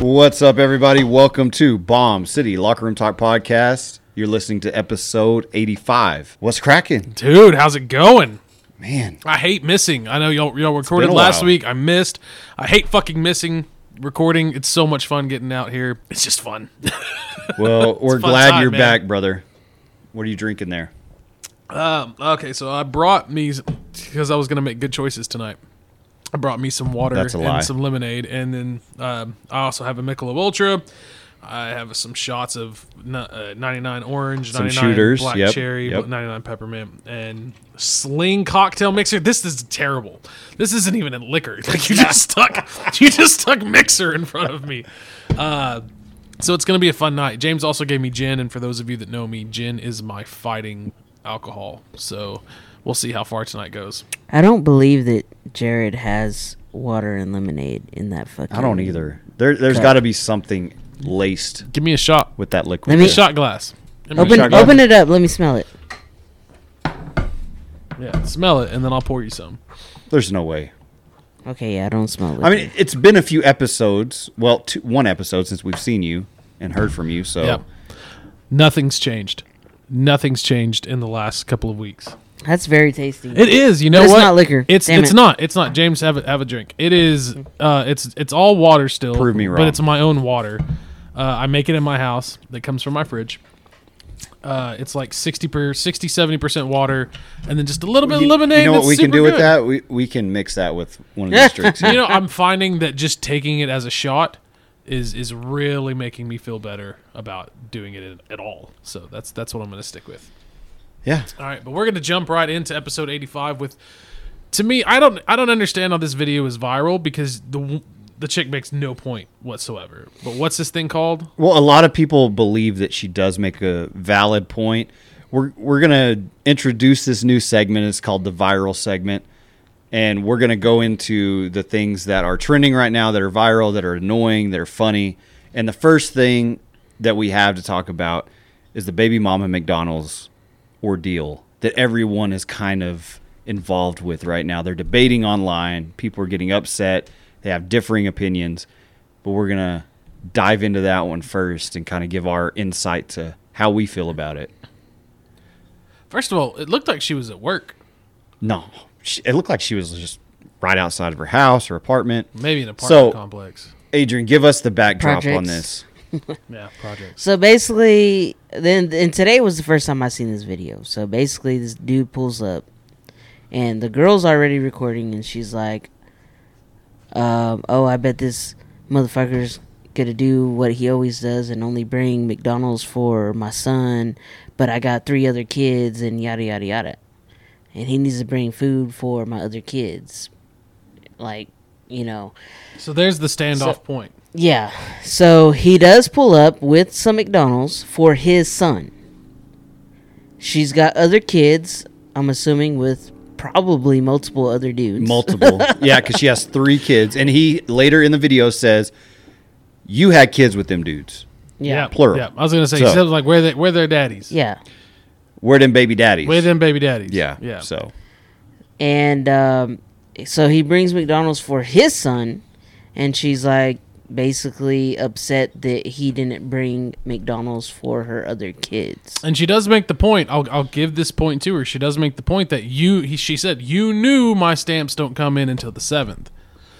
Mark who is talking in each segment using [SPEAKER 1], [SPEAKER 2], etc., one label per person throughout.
[SPEAKER 1] What's up, everybody? Welcome to Bomb City Locker Room Talk Podcast. You're listening to episode 85. What's cracking?
[SPEAKER 2] Dude, how's it going?
[SPEAKER 1] Man,
[SPEAKER 2] I hate missing. I know y'all y'all recorded
[SPEAKER 1] been a
[SPEAKER 2] last
[SPEAKER 1] while.
[SPEAKER 2] week. I missed. I hate fucking missing recording. It's so much fun getting out here. It's just fun.
[SPEAKER 1] well, we're
[SPEAKER 2] fun
[SPEAKER 1] glad
[SPEAKER 2] time,
[SPEAKER 1] you're
[SPEAKER 2] man.
[SPEAKER 1] back, brother. What are you drinking there?
[SPEAKER 2] um, okay, so I brought me because I was gonna make good choices tonight. I brought me some water
[SPEAKER 1] That's a lie.
[SPEAKER 2] and some lemonade, and then um, I also have a Michelob Ultra. I have some shots of ni- uh, 99 orange, 99
[SPEAKER 1] shooters,
[SPEAKER 2] black
[SPEAKER 1] yep,
[SPEAKER 2] cherry,
[SPEAKER 1] yep.
[SPEAKER 2] 99 peppermint, and Sling cocktail mixer. This is terrible. This isn't even in liquor. Like you just stuck, you just stuck mixer in front of me. Uh, so it's gonna be a fun night. James also gave me gin, and for those of you that know me, gin is my fighting alcohol. So we'll see how far tonight goes.
[SPEAKER 3] I don't believe that Jared has water and lemonade in that fucking.
[SPEAKER 1] I don't either. There, there's
[SPEAKER 3] Okay.
[SPEAKER 1] got to be something laced
[SPEAKER 2] Give me a shot.
[SPEAKER 1] with that
[SPEAKER 3] Let
[SPEAKER 1] liquid.
[SPEAKER 3] me-
[SPEAKER 1] there.
[SPEAKER 2] Shot glass. Give me a
[SPEAKER 3] Open,
[SPEAKER 2] shot glass.
[SPEAKER 3] open it up. Let me smell it.
[SPEAKER 2] Yeah, smell it, and then I'll pour you some.
[SPEAKER 1] There's no way.
[SPEAKER 3] Okay, yeah, I don't smell it.
[SPEAKER 1] I mean, it's been a few episodes. Well, two, one episode since we've seen you and heard from you. So
[SPEAKER 2] Yeah. Nothing's changed. Nothing's changed in the last couple of weeks.
[SPEAKER 3] that's very tasty.
[SPEAKER 2] It is, you know
[SPEAKER 3] But it's
[SPEAKER 2] what?
[SPEAKER 3] not liquor.
[SPEAKER 2] It's
[SPEAKER 3] Damn
[SPEAKER 2] it's
[SPEAKER 3] it.
[SPEAKER 2] not. It's not. James, have a have a drink. It is. Uh, it's it's all water still.
[SPEAKER 1] Prove me wrong.
[SPEAKER 2] But it's my own water. Uh, I make it in my house. That comes from my fridge. Uh, it's like 60 per 60 70 percent water, and then just a little bit
[SPEAKER 1] You-
[SPEAKER 2] of
[SPEAKER 1] you,
[SPEAKER 2] lemonade.
[SPEAKER 1] know what
[SPEAKER 2] that's
[SPEAKER 1] we can
[SPEAKER 2] super
[SPEAKER 1] do with
[SPEAKER 2] good.
[SPEAKER 1] that? We, we can mix that with one of these drinks.
[SPEAKER 2] you know, I'm finding that just taking it as a shot is is really making me feel better about doing it at- at all. So that's that's what I'm going to stick with.
[SPEAKER 1] Yeah.
[SPEAKER 2] All right, but we're going to jump right into episode 85 with to me I don't I don't understand how this video is viral because the the chick makes no point whatsoever. But what's this thing called?
[SPEAKER 1] Well, a lot of people believe that she does make a valid point. We're we're gonna introduce this new segment. It's called the viral segment, and we're gonna go into the things that are trending right now, that are viral, that are annoying, that are funny. And the first thing that we have to talk about is the baby mama McDonald's ordeal that everyone is kind of involved with right now. They're debating online. People are getting upset. They have differing opinions, but we're gonna dive into that one first and kind of give our insight to how we feel about it.
[SPEAKER 2] First of all, it looked like she was at work,
[SPEAKER 1] No, she, it looked like she was just right outside of her house or apartment.
[SPEAKER 2] maybe an apartment
[SPEAKER 1] So-
[SPEAKER 2] complex.
[SPEAKER 1] Adrian, give us the backdrop on
[SPEAKER 3] Projects.
[SPEAKER 1] this.
[SPEAKER 2] Yeah, projects.
[SPEAKER 3] So basically, then and today was the first time I seen this video. So basically, this dude pulls up, and the girl's already recording, and she's like, um, "Oh, I bet this motherfucker's gonna do what he always does and only bring McDonald's for my son, but I got three other kids and yada yada yada, and he needs to bring food for my other kids, like you know."
[SPEAKER 2] So there's the standoff point.
[SPEAKER 3] Yeah. So he does pull up with some McDonald's for his son. She's got other kids, I'm assuming, with probably multiple other dudes.
[SPEAKER 1] Multiple, yeah, because she has three kids, and he later in the video says, "You had kids with them dudes.
[SPEAKER 3] yeah.
[SPEAKER 1] plural.
[SPEAKER 2] Yeah, I was going to say
[SPEAKER 1] So-
[SPEAKER 2] so, like where they where their daddies.
[SPEAKER 3] Yeah.
[SPEAKER 1] Where them baby daddies?
[SPEAKER 2] Where them baby daddies.
[SPEAKER 1] yeah,
[SPEAKER 2] Yeah.
[SPEAKER 1] So
[SPEAKER 3] And um, so he brings McDonald's for his son, and she's like basically upset that he didn't bring McDonald's for her other kids.
[SPEAKER 2] And she does make the point. I'll, I'll give this point to her. She does make the point that you. He, she said you knew my stamps don't come in until the seventh.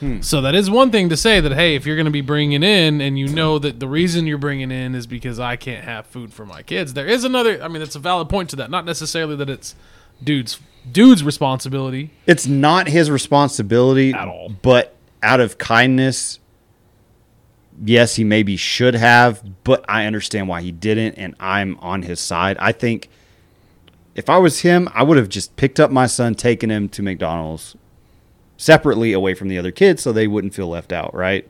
[SPEAKER 1] Hmm.
[SPEAKER 2] So that is one thing to say that hey, if you're going to be bringing in, and you know that the reason you're bringing in is because I can't have food for my kids. There is another. I mean, that's a valid point to that. Not necessarily that it's dude's dude's responsibility.
[SPEAKER 1] It's not his responsibility at
[SPEAKER 2] all.
[SPEAKER 1] But out of kindness, yes, he maybe should have, but I understand why he didn't, and I'm on his side. I think if I was him, I would have just picked up my son, taken him to McDonald's separately away from the other kids so they wouldn't feel left out, right?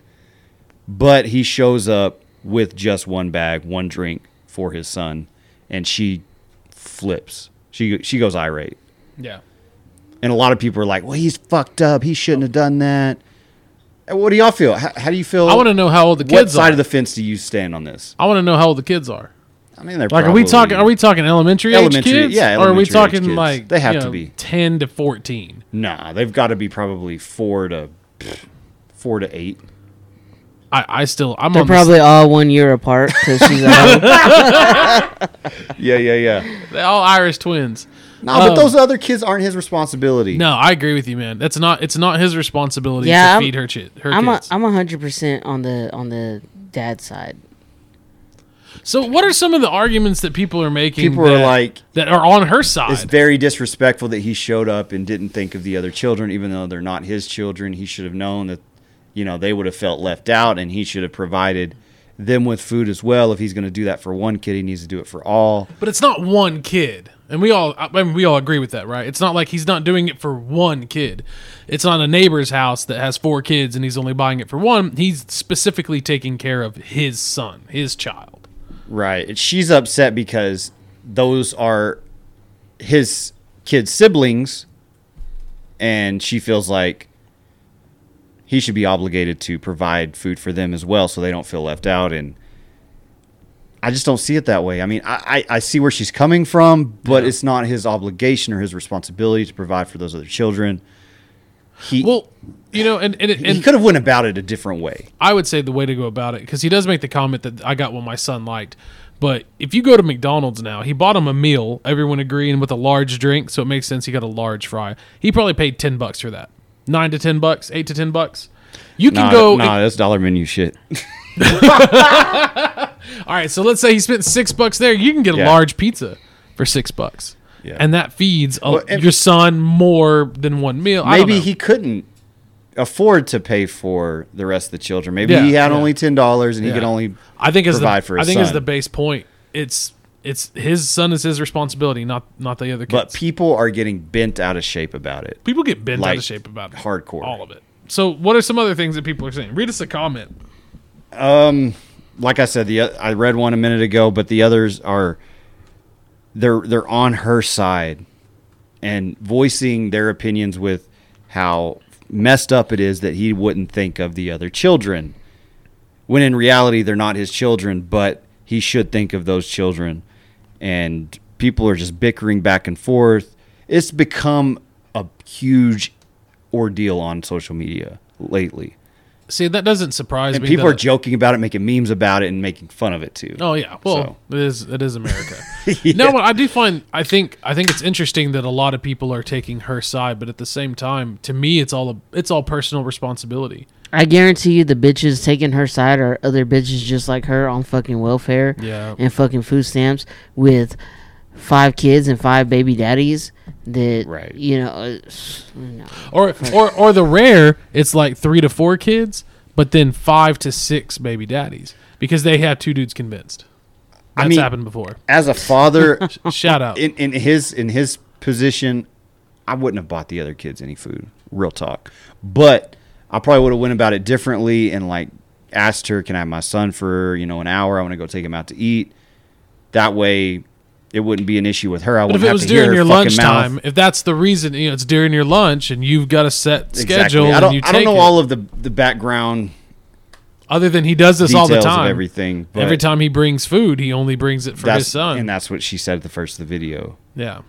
[SPEAKER 1] But he shows up with just one bag, one drink for his son, and she flips. She she goes irate.
[SPEAKER 2] Yeah.
[SPEAKER 1] And a lot of people are like, "Well, he's fucked up. He shouldn't have done that." And What do y'all feel? How, how do you feel?
[SPEAKER 2] I want to know how old the
[SPEAKER 1] what
[SPEAKER 2] kids
[SPEAKER 1] side
[SPEAKER 2] are.
[SPEAKER 1] of the fence do you stand on this?
[SPEAKER 2] I want to know how old the kids are.
[SPEAKER 1] I mean, they're
[SPEAKER 2] Like, are we
[SPEAKER 1] probably-
[SPEAKER 2] talking? Are we talking elementary,
[SPEAKER 1] Elementary,
[SPEAKER 2] age kids?
[SPEAKER 1] yeah,
[SPEAKER 2] or are
[SPEAKER 1] elementary
[SPEAKER 2] we
[SPEAKER 1] age
[SPEAKER 2] talking
[SPEAKER 1] kids.
[SPEAKER 2] like
[SPEAKER 1] They have
[SPEAKER 2] you
[SPEAKER 1] to
[SPEAKER 2] know,
[SPEAKER 1] be.
[SPEAKER 2] ten to fourteen?
[SPEAKER 1] Nah, they've got to be probably four to pff, four to eight.
[SPEAKER 2] I, I still I'm
[SPEAKER 3] They're
[SPEAKER 2] on probably
[SPEAKER 3] probably all one year apart. So she's like, oh,
[SPEAKER 1] Yeah, yeah, yeah.
[SPEAKER 2] they're all Irish twins.
[SPEAKER 1] No,
[SPEAKER 2] Um,
[SPEAKER 1] but those other kids aren't his responsibility.
[SPEAKER 2] No, I agree with you, man. That's not it's not his responsibility
[SPEAKER 3] Yeah,
[SPEAKER 2] to
[SPEAKER 3] I'm-
[SPEAKER 2] feed her shit. Her
[SPEAKER 3] I'm a,
[SPEAKER 2] kids.
[SPEAKER 3] I'm hundred percent on the on the dad side.
[SPEAKER 2] so what are some of the arguments that people are making?
[SPEAKER 1] People
[SPEAKER 2] that,
[SPEAKER 1] are like,
[SPEAKER 2] that are on her
[SPEAKER 1] it's
[SPEAKER 2] side.
[SPEAKER 1] very disrespectful that he showed up and didn't think of the other children, even though they're not his children. He should have known that, you know, they would have felt left out, and he should have provided them with food as well. If he's going to do that for one kid, he needs to do it for all.
[SPEAKER 2] But it's not one kid. And we all I mean, we all agree with that, right? It's not like he's not doing it for one kid. It's not a neighbor's house that has four kids and he's only buying it for one. He's specifically taking care of his son, his child.
[SPEAKER 1] Right. And She's upset because those are his kid's siblings, and she feels like he should be obligated to provide food for them as well so they don't feel left out. And I just don't see it that way. I mean, I, I, I see where she's coming from, but it's not his obligation or his responsibility to provide for those other children. He,
[SPEAKER 2] Well, you know, and and, and
[SPEAKER 1] he could have went about it a different way.
[SPEAKER 2] I would say the way to go about it because he does make the comment that I got what my son liked. But if you go to McDonald's now, he bought him a meal. Everyone agreeing with a large drink, so it makes sense he got a large fry. He probably paid ten bucks for that, nine to ten bucks, eight to ten bucks. You can
[SPEAKER 1] Nah,
[SPEAKER 2] go.
[SPEAKER 1] nah, that's dollar menu shit.
[SPEAKER 2] All right, so let's say he spent six bucks there. You can get a
[SPEAKER 1] Yeah.
[SPEAKER 2] large pizza for six bucks,
[SPEAKER 1] Yeah.
[SPEAKER 2] and that feeds a,
[SPEAKER 1] and-
[SPEAKER 2] your son more than one meal. I don't
[SPEAKER 1] maybe
[SPEAKER 2] know.
[SPEAKER 1] he couldn't afford to pay for the rest of the children. Maybe
[SPEAKER 2] Yeah,
[SPEAKER 1] he had
[SPEAKER 2] yeah.
[SPEAKER 1] only ten dollars and he could
[SPEAKER 2] Yeah.
[SPEAKER 1] only.
[SPEAKER 2] I think is the
[SPEAKER 1] provide for
[SPEAKER 2] I
[SPEAKER 1] his
[SPEAKER 2] think is
[SPEAKER 1] son.
[SPEAKER 2] the base point. It's it's his son is his responsibility, not not the other kids.
[SPEAKER 1] But people are getting bent out of shape about it.
[SPEAKER 2] People get bent out
[SPEAKER 1] Like,
[SPEAKER 2] of shape about it.
[SPEAKER 1] hardcore.
[SPEAKER 2] All of it. So, what are some other things that people are saying? Read us a comment.
[SPEAKER 1] Like I said, the o- I read one a minute ago, but the others are they're they're on her side and voicing their opinions with how messed up it is that he wouldn't think of the other children when in reality they're not his children, but he should think of those children. And people are just bickering back and forth. It's become a huge ordeal on social media lately.
[SPEAKER 2] See, that doesn't surprise
[SPEAKER 1] And
[SPEAKER 2] me.
[SPEAKER 1] people are
[SPEAKER 2] that-
[SPEAKER 1] joking about it, making memes about it, and making fun of it too.
[SPEAKER 2] Oh yeah, well it is it is America. No, but I do find I think I think it's interesting that a lot of people are taking her side, but at the same time, to me, it's all it's all personal responsibility.
[SPEAKER 3] I guarantee you, the bitches taking her side are other bitches just like her on fucking welfare
[SPEAKER 2] Yeah.
[SPEAKER 3] and fucking food stamps with five kids and five baby daddies. That
[SPEAKER 1] Right.
[SPEAKER 3] you know, uh, no.
[SPEAKER 2] Or or or the rare, it's like three to four kids, but then five to six baby daddies because they have two dudes convinced.
[SPEAKER 1] I
[SPEAKER 2] That's
[SPEAKER 1] mean-
[SPEAKER 2] happened before.
[SPEAKER 1] As a father,
[SPEAKER 2] Shout out.
[SPEAKER 1] in, in his in his position, I wouldn't have bought the other kids any food. Real talk. But I probably would have went about it differently and like asked her, "Can I have my son for you know an hour? I want to go take him out to eat." That way, it wouldn't be an issue with her. I
[SPEAKER 2] But
[SPEAKER 1] wouldn't
[SPEAKER 2] if it
[SPEAKER 1] have
[SPEAKER 2] was
[SPEAKER 1] to hear
[SPEAKER 2] during
[SPEAKER 1] her
[SPEAKER 2] your
[SPEAKER 1] fucking
[SPEAKER 2] lunchtime,
[SPEAKER 1] mouth.
[SPEAKER 2] if that's the reason, you know, it's during your lunch and you've got a set schedule
[SPEAKER 1] I don't,
[SPEAKER 2] and you take
[SPEAKER 1] I don't know
[SPEAKER 2] it.
[SPEAKER 1] all of the the background
[SPEAKER 2] other than he does this all
[SPEAKER 1] details
[SPEAKER 2] the time.
[SPEAKER 1] of everything. But
[SPEAKER 2] Every time he brings food, he only brings it for
[SPEAKER 1] that's
[SPEAKER 2] his son.
[SPEAKER 1] and that's what she said at the first of the video.
[SPEAKER 2] yeah.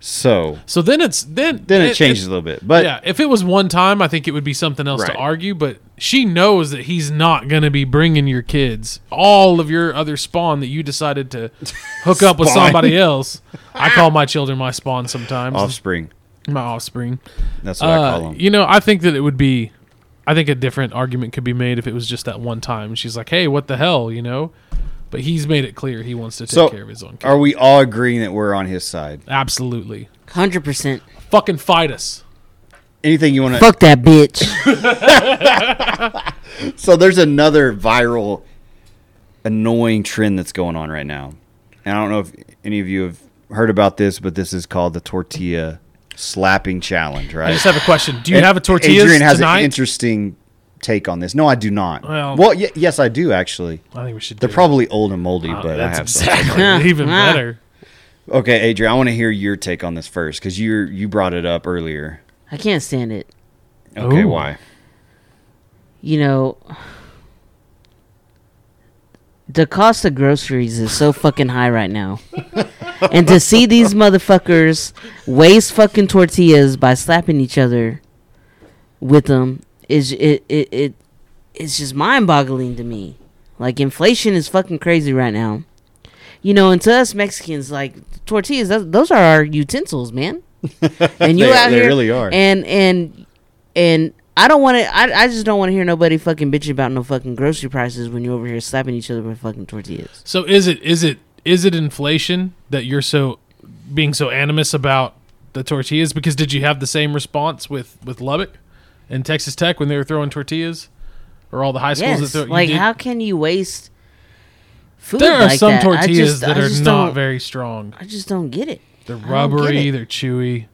[SPEAKER 1] So
[SPEAKER 2] So then it's then
[SPEAKER 1] then it, changes a little bit, but
[SPEAKER 2] yeah, if it was one time, I think it would be something else to
[SPEAKER 1] Right.
[SPEAKER 2] argue. But she knows that he's not going to be bringing your kids, all of your other spawn that you decided to hook up with
[SPEAKER 1] Spawn.
[SPEAKER 2] somebody else. I call my children my spawn sometimes,
[SPEAKER 1] offspring.
[SPEAKER 2] my offspring.
[SPEAKER 1] That's what I
[SPEAKER 2] Uh,
[SPEAKER 1] call them.
[SPEAKER 2] You know, I think that it would be, I think a different argument could be made if it was just that one time. She's like, "Hey, what the hell?" You know, but he's made it clear he wants to take
[SPEAKER 1] So, uh,
[SPEAKER 2] care of his own. Kid.
[SPEAKER 1] are we all agreeing that we're on his side?
[SPEAKER 2] Absolutely,
[SPEAKER 3] hundred percent.
[SPEAKER 2] fucking fight us.
[SPEAKER 1] Anything you want to?
[SPEAKER 3] Fuck that bitch.
[SPEAKER 1] So there's another viral, annoying trend that's going on right now, and I don't know if any of you have heard about this, but this is called the tortilla slapping challenge,
[SPEAKER 2] I
[SPEAKER 1] right?
[SPEAKER 2] just have a question. Do you have a tortilla
[SPEAKER 1] Adrian has
[SPEAKER 2] tonight?
[SPEAKER 1] an interesting take on this. No, I do not.
[SPEAKER 2] Well-
[SPEAKER 1] Well, y- yes, I do actually.
[SPEAKER 2] I think we should.
[SPEAKER 1] They're
[SPEAKER 2] do it.
[SPEAKER 1] probably old and moldy,
[SPEAKER 2] Uh,
[SPEAKER 1] but I
[SPEAKER 2] that's
[SPEAKER 1] have some.
[SPEAKER 2] exactly even better.
[SPEAKER 1] Okay, Adrian, I want to hear your take on this first because you you brought it up earlier.
[SPEAKER 3] I can't stand it.
[SPEAKER 1] Okay,
[SPEAKER 2] Ooh.
[SPEAKER 1] why?
[SPEAKER 3] You know, the cost of groceries is so fucking high right now. and to see these motherfuckers waste fucking tortillas by slapping each other with them is it it, it it's just mind boggling to me. Like inflation is fucking crazy right now. You know, and to us Mexicans, like tortillas, those, those are our utensils, man. And you
[SPEAKER 1] They-
[SPEAKER 3] out
[SPEAKER 1] they
[SPEAKER 3] here,
[SPEAKER 1] really are.
[SPEAKER 3] And and and I don't want to. I, I just don't want to hear nobody fucking bitching about no fucking grocery prices when you're over here slapping each other with fucking tortillas.
[SPEAKER 2] So is it is it is it inflation that you're so being so animus about the tortillas? Because did you have the same response with with Lubbock and Texas Tech when they were throwing tortillas, or all the high schools
[SPEAKER 3] Yes,
[SPEAKER 2] that throw? you
[SPEAKER 3] like
[SPEAKER 2] did-
[SPEAKER 3] how can you waste food?
[SPEAKER 2] there are
[SPEAKER 3] like
[SPEAKER 2] some
[SPEAKER 3] that? I
[SPEAKER 2] tortillas
[SPEAKER 3] just-
[SPEAKER 2] that
[SPEAKER 3] I
[SPEAKER 2] are
[SPEAKER 3] just
[SPEAKER 2] not
[SPEAKER 3] don't-
[SPEAKER 2] very strong.
[SPEAKER 3] I just don't get it.
[SPEAKER 2] They're
[SPEAKER 3] don't get
[SPEAKER 2] rubbery.
[SPEAKER 3] it.
[SPEAKER 2] They're chewy.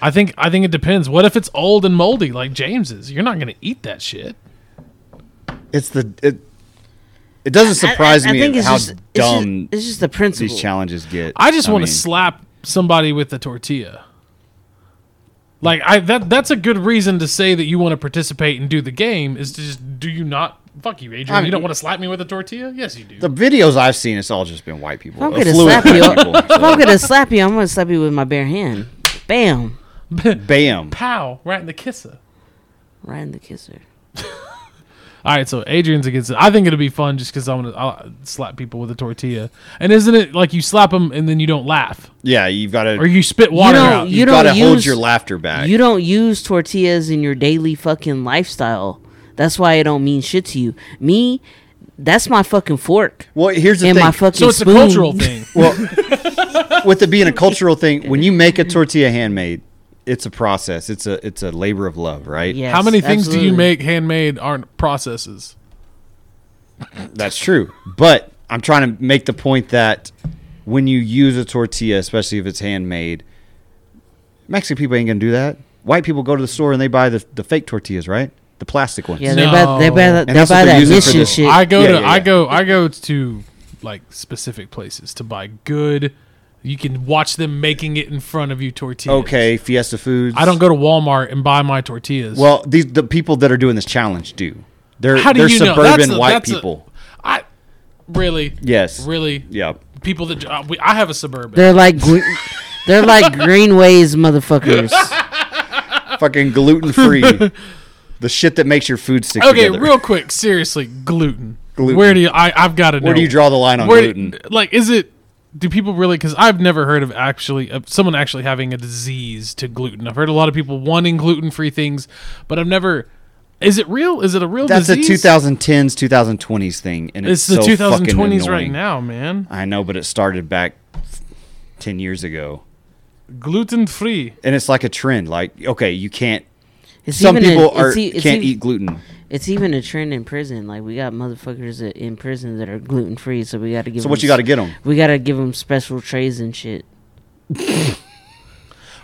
[SPEAKER 2] I think I think it depends. What if it's old and moldy like James's? You're not going to eat that shit.
[SPEAKER 1] It's the it. It doesn't
[SPEAKER 3] I- I-
[SPEAKER 1] surprise
[SPEAKER 3] I
[SPEAKER 1] me
[SPEAKER 3] think it's
[SPEAKER 1] how
[SPEAKER 3] just- it's just-
[SPEAKER 1] dumb
[SPEAKER 3] It's just, the principle.
[SPEAKER 1] these challenges get.
[SPEAKER 2] I just want
[SPEAKER 1] mean,
[SPEAKER 2] to slap somebody with a tortilla. Like I that that's a good reason to say that you want to participate and do the game is to just do you not fuck you, Adrian.
[SPEAKER 1] I mean-
[SPEAKER 2] you don't want to slap me with a tortilla? Yes, you do.
[SPEAKER 1] the videos I've seen. It's all just been white people.
[SPEAKER 3] If I'm
[SPEAKER 1] affluent
[SPEAKER 3] gonna slap you,
[SPEAKER 1] white people.
[SPEAKER 3] if I'm gonna slap you, I'm gonna slap you with my bare hand. Bam,
[SPEAKER 1] Bam.
[SPEAKER 2] Pow, right in the kisser.
[SPEAKER 3] right in the kisser.
[SPEAKER 2] All right, so Adrian's against it. I think it'll be fun just because I'm gonna I'll slap people with a tortilla. And isn't it like you slap them and then you don't laugh
[SPEAKER 1] Yeah, you've got
[SPEAKER 2] or
[SPEAKER 1] to.
[SPEAKER 2] you spit water
[SPEAKER 3] don't-
[SPEAKER 2] out?
[SPEAKER 1] You
[SPEAKER 3] You
[SPEAKER 1] have got to
[SPEAKER 3] don't
[SPEAKER 1] hold
[SPEAKER 3] use-
[SPEAKER 1] your laughter back.
[SPEAKER 3] You don't use tortillas in your daily fucking lifestyle. That's why it don't mean shit to you. Me, that's my fucking fork
[SPEAKER 1] well, here's the
[SPEAKER 3] and
[SPEAKER 1] thing.
[SPEAKER 3] my fucking
[SPEAKER 2] so it's
[SPEAKER 3] spoon.
[SPEAKER 2] a cultural thing.
[SPEAKER 1] Well, with it being a cultural thing, when you make a tortilla handmade, it's a process. It's a it's a labor of love, right?
[SPEAKER 3] Yes,
[SPEAKER 2] How many things do you
[SPEAKER 3] absolutely.
[SPEAKER 2] make handmade aren't processes?
[SPEAKER 1] That's true. But I'm trying to make the point that when you use a tortilla, especially if it's handmade, Mexican people ain't gonna do that. White people go to the store and they buy the, the fake tortillas, right? The plastic ones.
[SPEAKER 3] Yeah, they buy they buy,
[SPEAKER 2] No.
[SPEAKER 3] they buy
[SPEAKER 1] that's what they're
[SPEAKER 3] that
[SPEAKER 1] using for
[SPEAKER 3] mission
[SPEAKER 1] this.
[SPEAKER 3] shit.
[SPEAKER 2] I go
[SPEAKER 1] Yeah,
[SPEAKER 2] to
[SPEAKER 1] yeah, yeah.
[SPEAKER 2] I go I go to like specific places to buy good. You can watch them making it in front of you tortillas.
[SPEAKER 1] Okay, Fiesta Foods.
[SPEAKER 2] I don't go to Walmart and buy my tortillas.
[SPEAKER 1] Well, these the people that are doing this challenge do. They're
[SPEAKER 2] how do
[SPEAKER 1] they're
[SPEAKER 2] you know?
[SPEAKER 1] suburban
[SPEAKER 2] That's a-
[SPEAKER 1] white
[SPEAKER 2] that's a-
[SPEAKER 1] people.
[SPEAKER 2] I really
[SPEAKER 1] yes.
[SPEAKER 2] really
[SPEAKER 1] Yeah.
[SPEAKER 2] people that uh, we, I have a suburban.
[SPEAKER 3] They're like gre- they're like Greenways motherfuckers.
[SPEAKER 1] Fucking gluten free. the shit that makes your food stick
[SPEAKER 2] okay,
[SPEAKER 1] together.
[SPEAKER 2] real quick, seriously, gluten.
[SPEAKER 1] Gluten.
[SPEAKER 2] Where do you, I I've got to know?
[SPEAKER 1] Where do you draw the line on
[SPEAKER 2] Where-
[SPEAKER 1] gluten?
[SPEAKER 2] Like, is it? Do people really? Because I've never heard of actually of someone actually having a disease to gluten. I've heard a lot of people wanting gluten-free things, but I've never. Is it real? Is it a real?
[SPEAKER 1] That's
[SPEAKER 2] disease?
[SPEAKER 1] a 2010s 2020s thing, and
[SPEAKER 2] It's
[SPEAKER 1] it's,
[SPEAKER 2] the
[SPEAKER 1] so
[SPEAKER 2] 2020s
[SPEAKER 1] fucking
[SPEAKER 2] right
[SPEAKER 1] annoying.
[SPEAKER 2] now, man.
[SPEAKER 1] I know, but it started back ten years ago,
[SPEAKER 2] Gluten-free.
[SPEAKER 1] and it's like a trend. Like, okay, you can't.
[SPEAKER 3] It's
[SPEAKER 1] some
[SPEAKER 3] even a-
[SPEAKER 1] people
[SPEAKER 3] it's
[SPEAKER 1] are
[SPEAKER 3] e- it's
[SPEAKER 1] can't
[SPEAKER 3] even-
[SPEAKER 1] eat gluten.
[SPEAKER 3] It's even a trend in prison. Like we got motherfuckers that- in prison that are gluten free, so we got to give.
[SPEAKER 1] So
[SPEAKER 3] 'em
[SPEAKER 1] what you got to
[SPEAKER 3] s-
[SPEAKER 1] get them?
[SPEAKER 3] We got to give them special trays and shit.